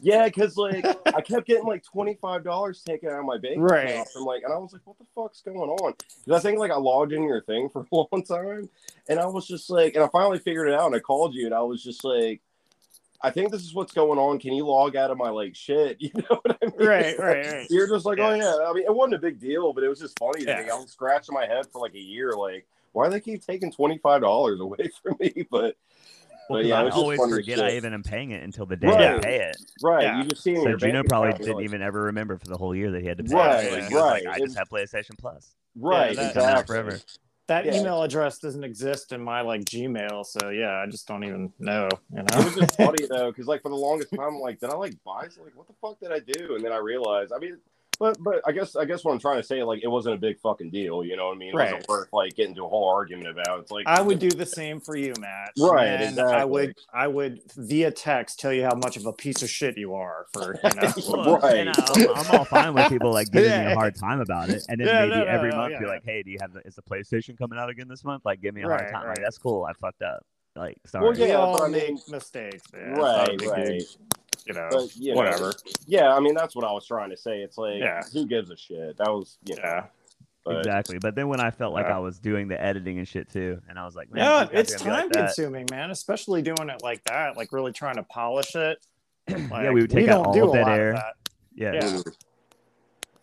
Yeah, because like [LAUGHS] I kept getting like twenty five dollars taken out of my bank Right. account. I'm like, and I was like, what the fuck's going on? Because I think like I logged in your thing for [LAUGHS] a long time, and I was just like, and I finally figured it out, and I called you, and I was just like. I think this is what's going on. Can you log out of my like shit? [LAUGHS] You know what I mean? Right. Right. Right. You're just like, oh Yes. yeah. I mean, it wasn't a big deal, but it was just funny to Yeah. me. I was scratching my head for like a year, like, why do they keep taking twenty five dollars away [LAUGHS] from me? But But Well, 'cause yeah, it I was just always funny as forget shit. I even am paying it until the day I Right. pay it. right, Yeah. you just see. it in So your Juno bank probably account, you're didn't like, even ever remember for the whole year that he had to pay. Right, it. Like, he was like, right. I just have PlayStation Plus. Right, Yeah, that- exactly. forever. That Yeah. email address doesn't exist in my like Gmail, so yeah, I just don't even know. You It [LAUGHS] was know. [LAUGHS] just funny though, because like for the longest time, I'm like, did I like buy? something? Like, what the fuck did I do? And then I realized, I mean, but but I guess I guess what I'm trying to say, like, it wasn't a big fucking deal. You know what I mean? It Right. wasn't worth like getting into a whole argument about. It's like I would do the same for you, Matt. Right, And I exactly. would I would via text tell you how much of a piece of shit you are for [LAUGHS] you know. Well, and Right. I, am all fine with people like giving me [LAUGHS] Yeah. a hard time about it, and then Yeah, maybe no, no, every no, month yeah. be like, "Hey, do you have the, is the PlayStation coming out again this month? Like, give me a hard Right, time. Like, right. that's cool. I fucked up. Like, sorry. Well, we Yeah, all but I make mean- mistakes, man. It's not a Right, big right. deal, You know, But, you know, whatever. Yeah, I mean that's what I was trying to say. It's like, Yeah. who gives a shit? That was you know, Yeah. but- exactly. But then when I felt like Yeah. I was doing the editing and shit too, and I was like, man, Yeah, these guys it's are gonna time be like that. consuming, man, especially doing it like that, like really trying to polish it. [LAUGHS] Like, we would take out don't all do a dead lot of air. that. Yeah. Yeah.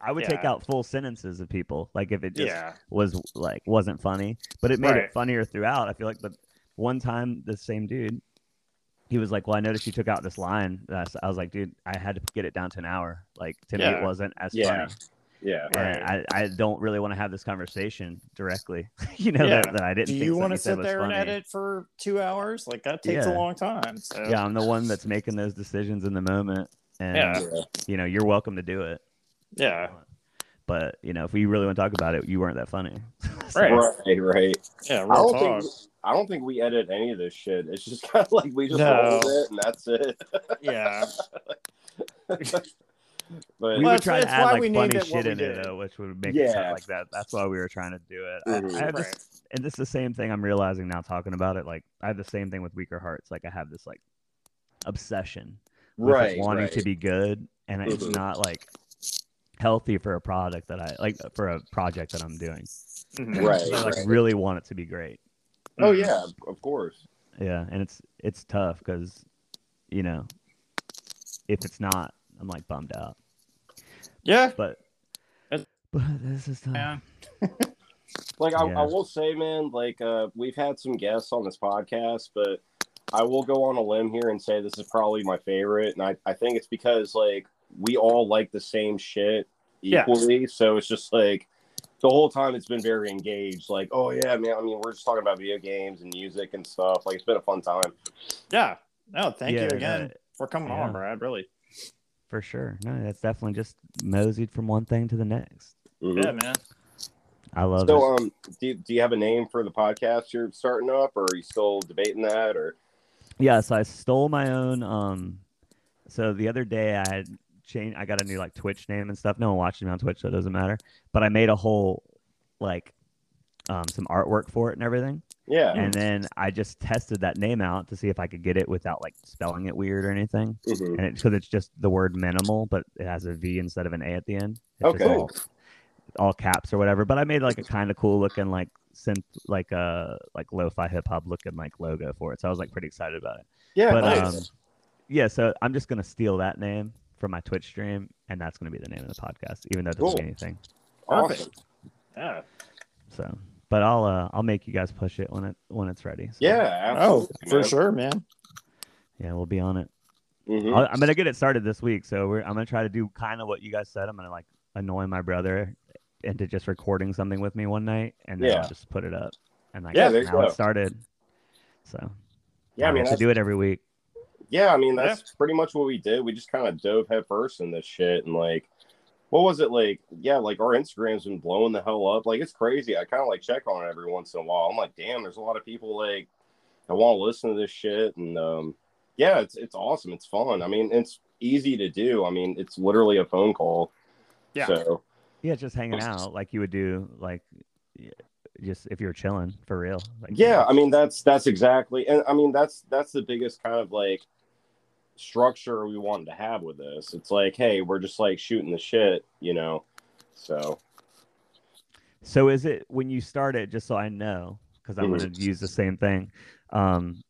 I would take Yeah. out full sentences of people. Like if it just Yeah. was like wasn't funny, but it made Right. it funnier throughout. I feel like, but one time the same dude, he was like, "Well, I noticed you took out this line." And I, s- I was like, "Dude, I had to get it down to an hour. Like to me, Yeah. it wasn't as Yeah. funny, yeah. and I, I don't really want to have this conversation directly. [LAUGHS] you know Yeah. that, that I didn't. Do think you something want you to said sit was there and funny. edit for two hours? Like that takes a Yeah. long time. So Yeah, I'm the one that's making those decisions in the moment, and Yeah. Yeah. you know you're welcome to do it. yeah, But you know if we really want to talk about it, you weren't that funny. So- Right. Right, right. yeah, real I don't talk. think I don't think we edit any of this shit. It's just [LAUGHS] kind of like we just No. roll with it and that's it. yeah. [LAUGHS] But we Well, were that's- trying to that's add why like we funny named it what shit in we it did. though, which would make it Yeah. sound like that. That's why we were trying to do it. I- Mhm. I, have Right. this, and this is the same thing I'm realizing now talking about it. Like I have the same thing with weaker hearts. Like I have this like obsession with just right, wanting right. to be good, and it's Mhm. not like healthy for a product that I like for a project that I'm doing. Mhm. Right, I like mm. right. really want it to be great. [CLEARS THROAT] Oh yeah, of course. Yeah, and it's it's tough because you know if it's not, I'm like bummed out. Yeah. But That's- but this is tough. Yeah. Like I, Yeah. I will say, man, like uh, we've had some guests on this podcast, but I will go on a limb here and say this is probably my favorite, and I, I think it's because like we all like the same shit Yeah. equally, so it's just like the whole time it's been very engaged. Like, oh yeah, man. I mean, we're just talking about video games and music and stuff. Like, it's been a fun time. Yeah. No, thank Yeah, you again no, for coming yeah. on, Brad. Really. for sure. No, that's definitely just moseyed from one thing to the next. Mhm. Yeah, man. I Mm-hmm. love it. So, um, do, do you have a name for the podcast you're starting up, or are you still debating that, or Yeah, so I stole my own. Um, so the other day I had changed. I got a new like Twitch name and stuff. No one watches me on Twitch, so it doesn't matter. But I made a whole like um some artwork for it and everything. yeah? And then I just tested that name out to see if I could get it without like spelling it weird or anything. Mhm. And it's because it's just the word minimal, but it has a V instead of an A at the end. It's just Okay. all, all caps or whatever. But I made like a kind of cool looking like synth, like uh, like lo-fi hip hop looking like logo for it. So I was like pretty excited about it. Yeah, but nice. um, yeah. So I'm just gonna steal that name from my Twitch stream, and that's gonna be the name of the podcast, even though it doesn't Cool. mean anything. awesome. perfect. Yeah. So, but I'll uh, I'll make you guys push it when it when it's ready. So, Yeah, Oh, absolutely, for man. sure, man. yeah, we'll be on it. Mhm. I'll, I'm gonna get it started this week, so we're, I'm gonna try to do kind of what you guys said. I'm gonna like annoy my brother into just recording something with me one night, and then Yeah. I'll just put it up. And like, Yeah, there you now go. it started. So Yeah, I mean, to that's, do it every week. yeah, I mean, that's pretty much what we did. We just kind of dove headfirst in this shit, and like, what was it like? Yeah, like our Instagram's been blowing the hell up. Like, it's crazy. I kind of like check on it every once in a while. I'm like, damn, there's a lot of people like I want to listen to this shit, and um, yeah, it's it's awesome. It's fun. I mean, it's easy to do. I mean, it's literally a phone call. Yeah. So Yeah, just hanging out like you would do, like y- just if you're chilling for real. Like, yeah i mean that's that's exactly and i mean that's that's the biggest kind of like structure we wanted to have with this it's like hey we're just like shooting the shit you know so So is it when you start it? Just so I know, because I'm Mm-hmm. gonna use the same thing. Um,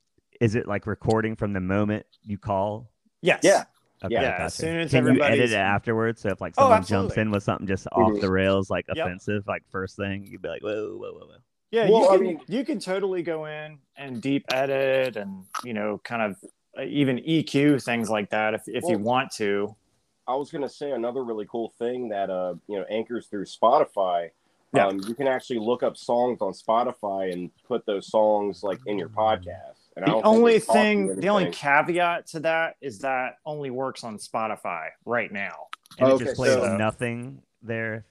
is it like recording from the moment you call Yes. Yeah. Okay, Yeah, as gotcha. soon as Can you edit everybody's- it afterwards? So if like Oh, someone jumps absolutely. in with something just Mhm. off Mm-hmm. the rails, like Yep. offensive, like first thing, you'd be like, whoa, whoa, whoa, whoa. Yeah, Well, you I can, mean- you can totally go in and deep edit and you know kind of uh, even EQ things like that if if you Well- want to. i was gonna say another really cool thing that uh you know anchors through spotify Yeah. um, you can actually look up songs on spotify and put those songs like in your podcast and I The don't think only it costs you thing, the only anything. caveat to that is that only works on Spotify right now. And Okay, it just plays so- nothing there.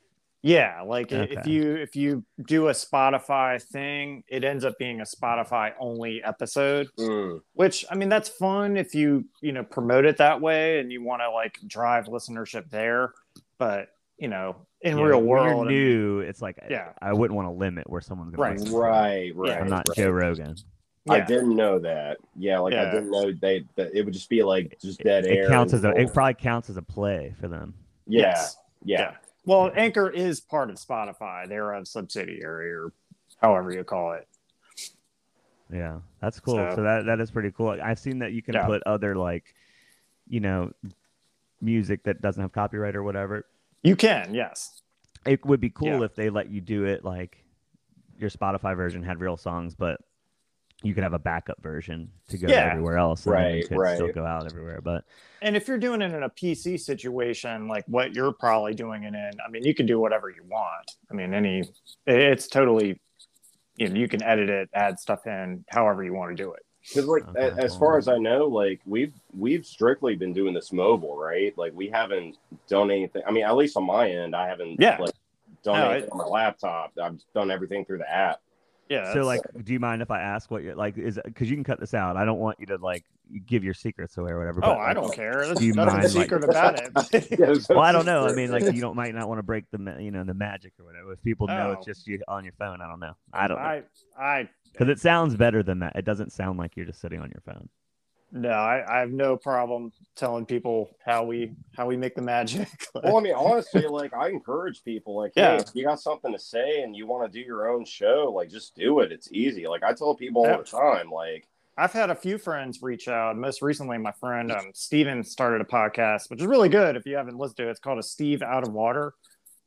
Yeah, like i- if Okay. you if you do a Spotify thing, it ends up being a Spotify only episode. Mm, Which I mean, that's fun if you you know promote it that way and you want to like drive listenership there. But you know, in Yeah, real when you're world, new, it's like Yeah. I wouldn't want to limit where someone's gonna Right, listen to it. right right I'm not right. Joe Rogan. I Yeah. didn't know that. Yeah, like I Yeah. didn't know they that it would just be like just dead air. It counts as and- a it probably counts as a play for them. yeah, Yes. yeah, Well, Anchor is part of Spotify. They're a subsidiary or however you call it. Yeah, that's cool. So, So- that that is pretty cool. I've seen that you can Yeah. put other like, you know, music that doesn't have copyright or whatever. You can, yes. It would be cool Yeah. if they let you do it like your Spotify version had real songs, but you could have a backup version to go to Yeah. everywhere else. and then Right, it could right. Still go out everywhere, but And if you're doing it in a PC situation, like what you're probably doing it in, I mean, you can do whatever you want. I mean, any, it's totally, you know, you can edit it, add stuff in, however you want to do it. Because like Okay, a- as cool. far as I know, like we've we've strictly been doing this mobile, right? Like we haven't done anything. I mean, at least on my end, I haven't. Yeah. Like, done No, [LAUGHS] anything on my laptop. I've done everything through the app. [LAUGHS] Yeah. so that's- like, do you mind if I ask what you're like? Is because you can cut this out. I don't want you to like give your secrets away or whatever. oh, but, I [LAUGHS] like, don't care. There's do you nothing mind, like- secret about [LAUGHS] it. Yeah, there's no Well, I don't know. I secret. mean, [LAUGHS] like you don't might not want to break the ma- you know the magic or whatever. If people know Oh. it's just you on your phone, I don't know. I don't know I, I, because it sounds better than that. It doesn't sound like you're just sitting on your phone. no, I, I have no problem telling people how we how we make the magic. [LAUGHS] Like, Well, I mean, honestly, like I encourage people, like, Yeah. hey, if you got something to say and you want to do your own show, like, just do it. It's easy. Like I tell people all the time, like, I've had a few friends reach out. Most recently, my friend um, Steven started a podcast, which is really good. If you haven't listened to it, it's called "A Steve Out of Water."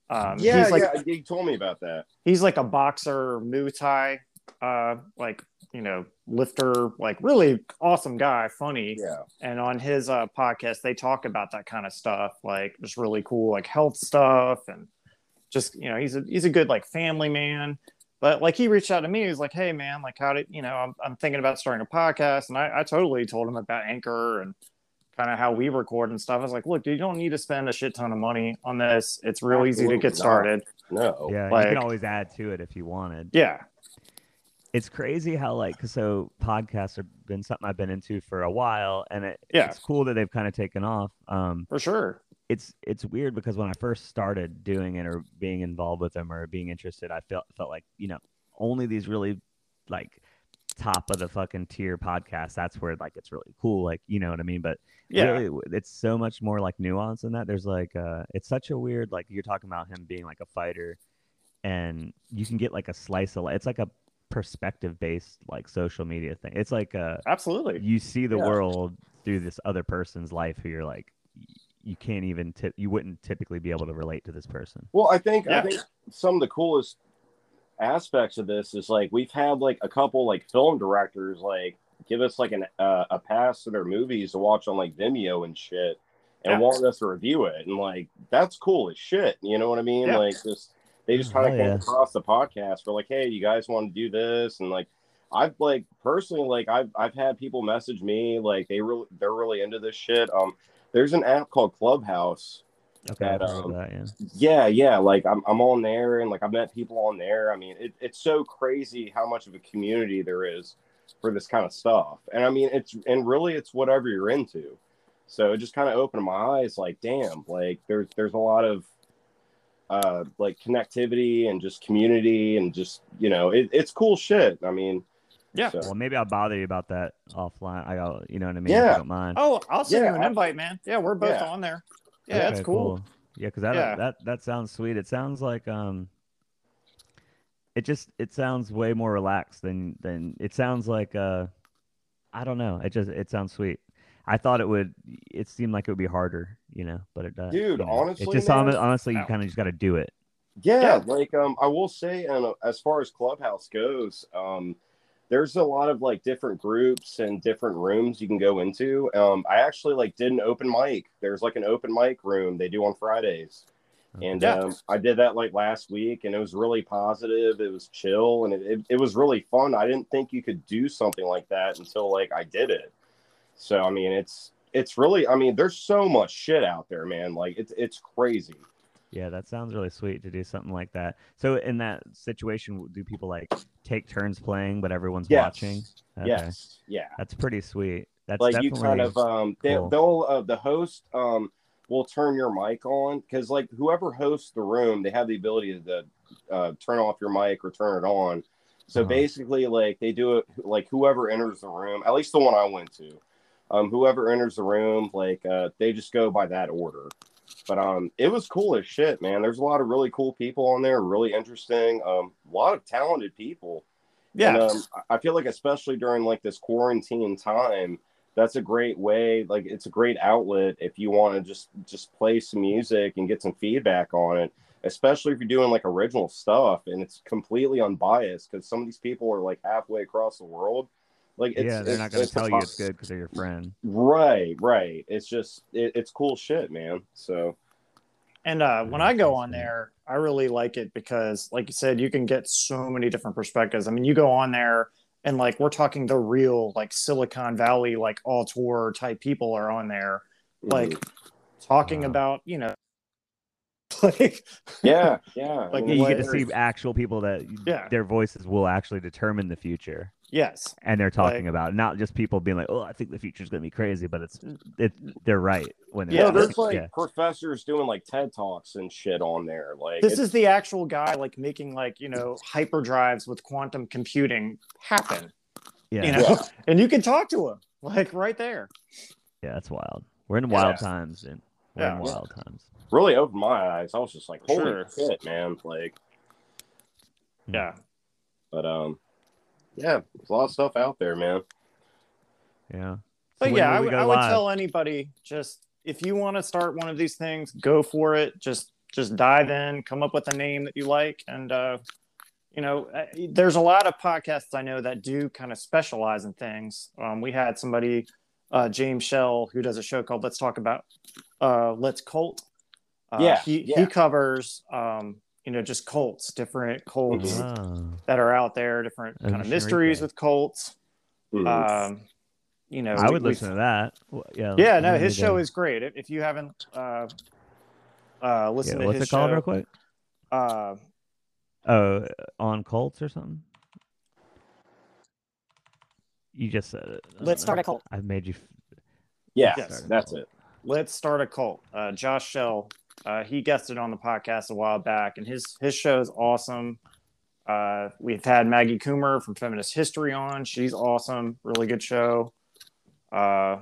Um, yeah, he's like yeah, you told me about that. he's like a boxer, Muay Thai, uh, like you know, lifter, like really awesome guy, funny. Yeah, And on his uh, podcast, they talk about that kind of stuff, like just really cool, like health stuff, and just you know, he's a he's a good like family man. But like he reached out to me, he was like, "Hey man, like how did you know? I'm I'm thinking about starting a podcast," and I, I totally told him about Anchor and kind of how we record and stuff. I was like, "Look, dude, you don't need to spend a shit ton of money on this. It's real easy to Absolutely get not. started." no, yeah, you like- can always add to it if you wanted. Yeah, it's crazy how like 'cause so podcasts have been something I've been into for a while, and it, Yeah. it's cool that they've kind of taken off. Um, for sure. it's it's weird because when I first started doing it or being involved with them or being interested, I felt felt like you know only these really like top of the fucking tier podcasts. That's where like it's really cool, like you know what I mean. But Yeah. really, it's so much more like nuance in that. There's like uh, it's such a weird like you're talking about him being like a fighter, and you can get like a slice of li- it's like a perspective based like social media thing. It's like uh, Absolutely. you see the Yeah. world through this other person's life who you're like y- you can't even tip you wouldn't typically be able to relate to this person. Well, I think Yeah. I think some of the coolest aspects of this is like we've had like a couple like film directors like give us like an uh, a pass to their movies to watch on like Vimeo and shit, and Yeah. want us to review it, and like that's cool as shit. You know what I mean? Yeah. Like just they just Oh, kind of came yeah. across the podcast. We're like, hey, you guys want to do this? And like I've like personally like I've I've had people message me like they really they're really into this shit. Um, there's an app called Clubhouse Okay, I've That, heard of um, that, yeah. yeah yeah like i'm, I'm on there and like i've met people on there i mean it, it's so crazy how much of a community there is for this kind of stuff and i mean it's and really it's whatever you're into so it just kind of opened my eyes like damn like there's there's a lot of uh like connectivity and just community and just you know it, it's cool shit i mean Yeah. so- Well, maybe I'll bother you about that offline. I got you know what I mean. If Yeah. you don't mind. Oh, I'll send Yeah, you an I- invite, man. Yeah, we're both Yeah. on there. Yeah, that's Okay, cool. Yeah, because that Yeah. that that sounds sweet. It sounds like um, it just it sounds way more relaxed than than it sounds like uh, I don't know. It just it sounds sweet. I thought it would. It seemed like it would be harder, you know, but it does. Dude, you know. honestly, it just man- hon- honestly you Ow. kind of just got to do it. yeah, Yeah. like um i will say and uh, as far as clubhouse goes um there's a lot of like different groups and different rooms you can go into um i actually like did an open mic there's like an open mic room they do on fridays and Oh, Yeah. um, i did that like last week and it was really positive it was chill and it, it, it was really fun i didn't think you could do something like that until like i did it so i mean it's it's really i mean there's so much shit out there man like it's it's crazy Yeah, that sounds really sweet to do something like that. So in that situation, do people like take turns playing, but everyone's yes watching? Okay. yes yeah that's pretty sweet. That's like you definitely kind of um they, cool. they'll uh, the host um will turn your mic on because like whoever hosts the room they have the ability to uh, turn off your mic or turn it on so Uh-huh. basically like they do it like whoever enters the room at least the one i went to um whoever enters the room like uh they just go by that order but um it was cool as shit man there's a lot of really cool people on there really interesting um a lot of talented people Yeah. and, um, I- I feel like especially during like this quarantine time, that's a great way. Like it's a great outlet if you want to just just play some music and get some feedback on it. Especially if you're doing like original stuff and it's completely unbiased because some of these people are like halfway across the world. Like it's, yeah, they're it's- not going to it's a tell you pos- it's good because they're your friend. Right, right. It's just it, it's cool shit, man. So And uh, when I Yeah, go I on see. there, I really like it because, like you said, you can get so many different perspectives. I mean, you go on there and like we're talking the real like Silicon Valley like all mm-hmm. tour type people are on there like talking Wow. about you know [LAUGHS] like [LAUGHS] Yeah, yeah. Like, I Yeah, mean, you Like- get to see actual people that Yeah. their voices will actually determine the future, yes and they're talking Like- about it. not just people being like, "Oh, I think the future's gonna be crazy," but it's it, they're right when they're Mm. Yeah, no, there's that's- like yeah. professors doing like TED talks and shit on there. Like this it's- is the actual guy like making like you know hyperdrives with quantum computing happen yeah, you know and you can talk to him like right there yeah, that's wild. We're in Yeah. wild times, and we're in Yeah. wild times. really opened my eyes. I was just like, holy Sure. shit, man! Like, yeah but um, yeah, there's a lot of stuff out there, man. Yeah, but when yeah will I we would- go I would live? tell anybody just if you want to start one of these things go for it just just dive in come up with a name that you like and uh you know uh, there's a lot of podcasts i know that do kind of specialize in things um, we had somebody uh, james shell who does a show called let's talk about uh, let's cult uh, Yeah, he, yeah. he covers um, you know just cults different cults Mhm. Oh, that are out there different Oh, kind of sure, mysteries okay. with cults Mhm. um, you know I we- would we- listen to that. Well, Yeah, yeah, I'm no, gonna his do show that. is great. If, if you haven't uh, uh, listened Yeah, to what's his it called, show, real quick? uh, Oh, on cults or something. You just said it. I Let's don't Start know. a Cult. I've made you. f- yeah, yes. that's it. let's start a cult. Uh, Josh Shell, uh, he guested on the podcast a while back, and his his show is awesome. Uh, we've had Maggie Coomer from Feminist History on; she's awesome, really good show. Uh,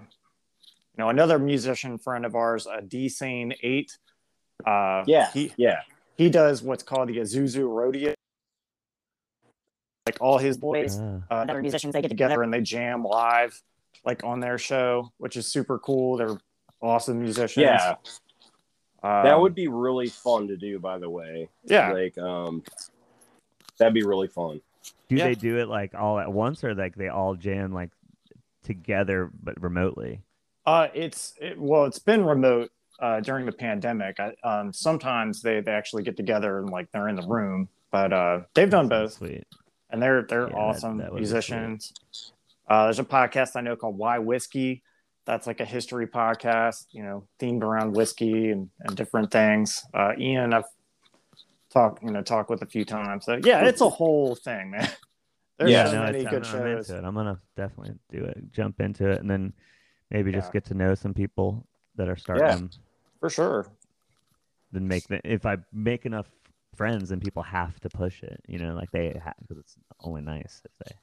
you know, another musician friend of ours, uh, D Sane Eight. Uh, Yeah, he yeah. he does what's called the Azuzu Rodeo. Like all his boys, Ah. uh, other musicians, they get together together. and they jam live, like on their show, which is super cool. They're awesome musicians. Yeah, Um, that would be really fun to do. By the way, yeah. like um, that'd be really fun. Do Yeah. they do it like all at once, or like they all jam like together but remotely? Uh, it's it, well, it's been remote uh, during the pandemic. I, um, sometimes they they actually get together and like they're in the room, but uh, they've done That sounds both, Sweet. and they're they're Yeah, that- awesome that would be musicians. Uh, there's a podcast I know called Why Whiskey. That's like a history podcast, you know, themed around whiskey and, and different things. Uh, Ian, I've talked, you know, talked with a few times. So yeah, it's a whole thing, man. [LAUGHS] There's Yeah, so no, many it's- good I'm, I'm shows. into it. I'm gonna definitely do it. Jump into it, and then maybe just Yeah. get to know some people that are starting. them. For sure. Then make the, if I make enough friends, then people have to push it. You know, like they because it's only nice if they.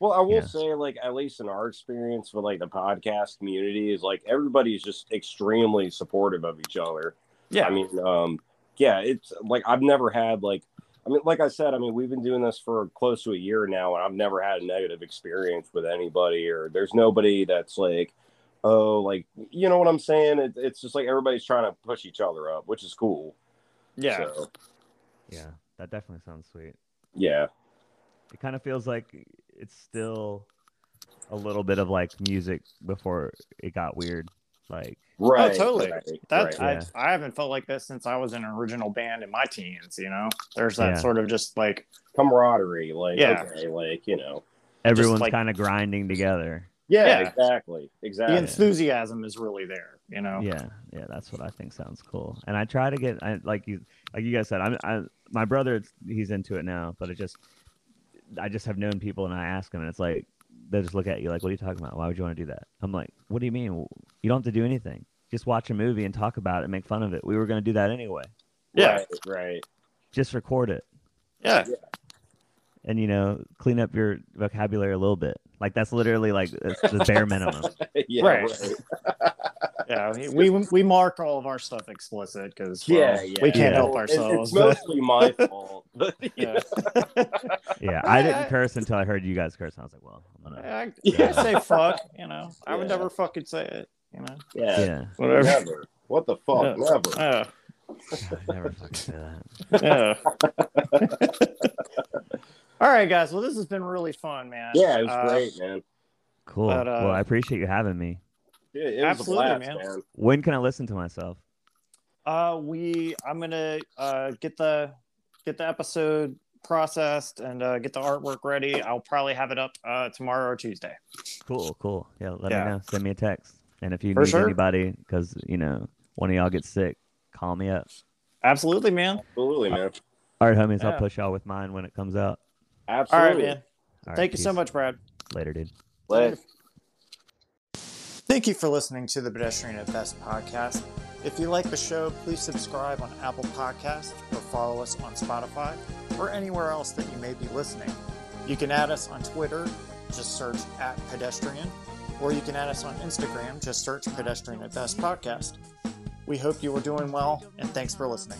Well, I will Yeah. say, like, at least in our experience with like the podcast community, is like everybody's just extremely supportive of each other. Yeah. I mean, um, yeah, it's like I've never had like, I mean, like I said, I mean, we've been doing this for close to a year now, and I've never had a negative experience with anybody, or there's nobody that's like, oh, like, you know what I'm saying? It, it's just like everybody's trying to push each other up, which is cool. yeah. So, Yeah, that definitely sounds sweet. yeah. it kind of feels like it's still a little bit of like music before it got weird. Like, Right. Oh, totally. right, That right. Yeah. I, I haven't felt like this since I was in an original band in my teens. You know, there's that Yeah. sort of just like camaraderie. Like, Yeah. okay, like, you know. everyone's like- kind of grinding together. Yeah, Yeah. exactly. the Exactly. enthusiasm is really there. You know, Yeah, yeah, that's what I think sounds cool. And I try to get, I like you, like you guys said, I'm, I, my brother, he's into it now, but it just, I just have known people and I ask them, and it's like they just look at you like, "What are you talking about? Why would you want to do that?" I'm like, "What do you mean? You don't have to do anything. Just watch a movie and talk about it, and make fun of it. We were going to do that anyway. Yeah. Right, right. [LAUGHS] Just record it." yeah, and you know clean up your vocabulary a little bit like that's literally like it's the bare minimum yeah, Right. right. yeah. We we- we mark all of our stuff explicit because Yeah, yeah. we can't Yeah. help It- ourselves. It's mostly my fault. [LAUGHS] But, yeah. [LAUGHS] yeah. yeah Well, i I- didn't I- curse until i heard you guys curse and i was like well i'm gonna I, Yeah. I say fuck. You know, I would Yeah. never fucking say it. You know, yeah. yeah, whatever. Never. What the fuck? Yeah. Uh, Yeah. Never. God, [LAUGHS] I never fucking say that. yeah. [LAUGHS] All right, guys. Well, this has been really fun, man. Yeah, it was Uh, great, man. Cool. But, uh, well, I appreciate you having me. Yeah, it was a absolutely, blast, man. man. When can I listen to myself? Uh, we I'm gonna uh, get the get the episode processed and uh, get the artwork ready. I'll probably have it up uh, tomorrow or Tuesday. Cool, cool. Yeah, let Yeah. me know. Send me a text. And if you For need sure. anybody, because you know one of y'all gets sick, call me up. Absolutely, man. Absolutely, man. All right, homies, Yeah. I'll push y'all with mine when it comes out. All right, Absolutely. man. All right, Thank you so peace. much, Brad. Later, dude. Let- Thank you for listening to the Pedestrian at Best podcast. If you like the show, please subscribe on Apple Podcasts or follow us on Spotify or anywhere else that you may be listening. You can add us on Twitter, just search at pedestrian, or you can add us on Instagram, just search pedestrian at best podcast. We hope you are doing well, and thanks for listening.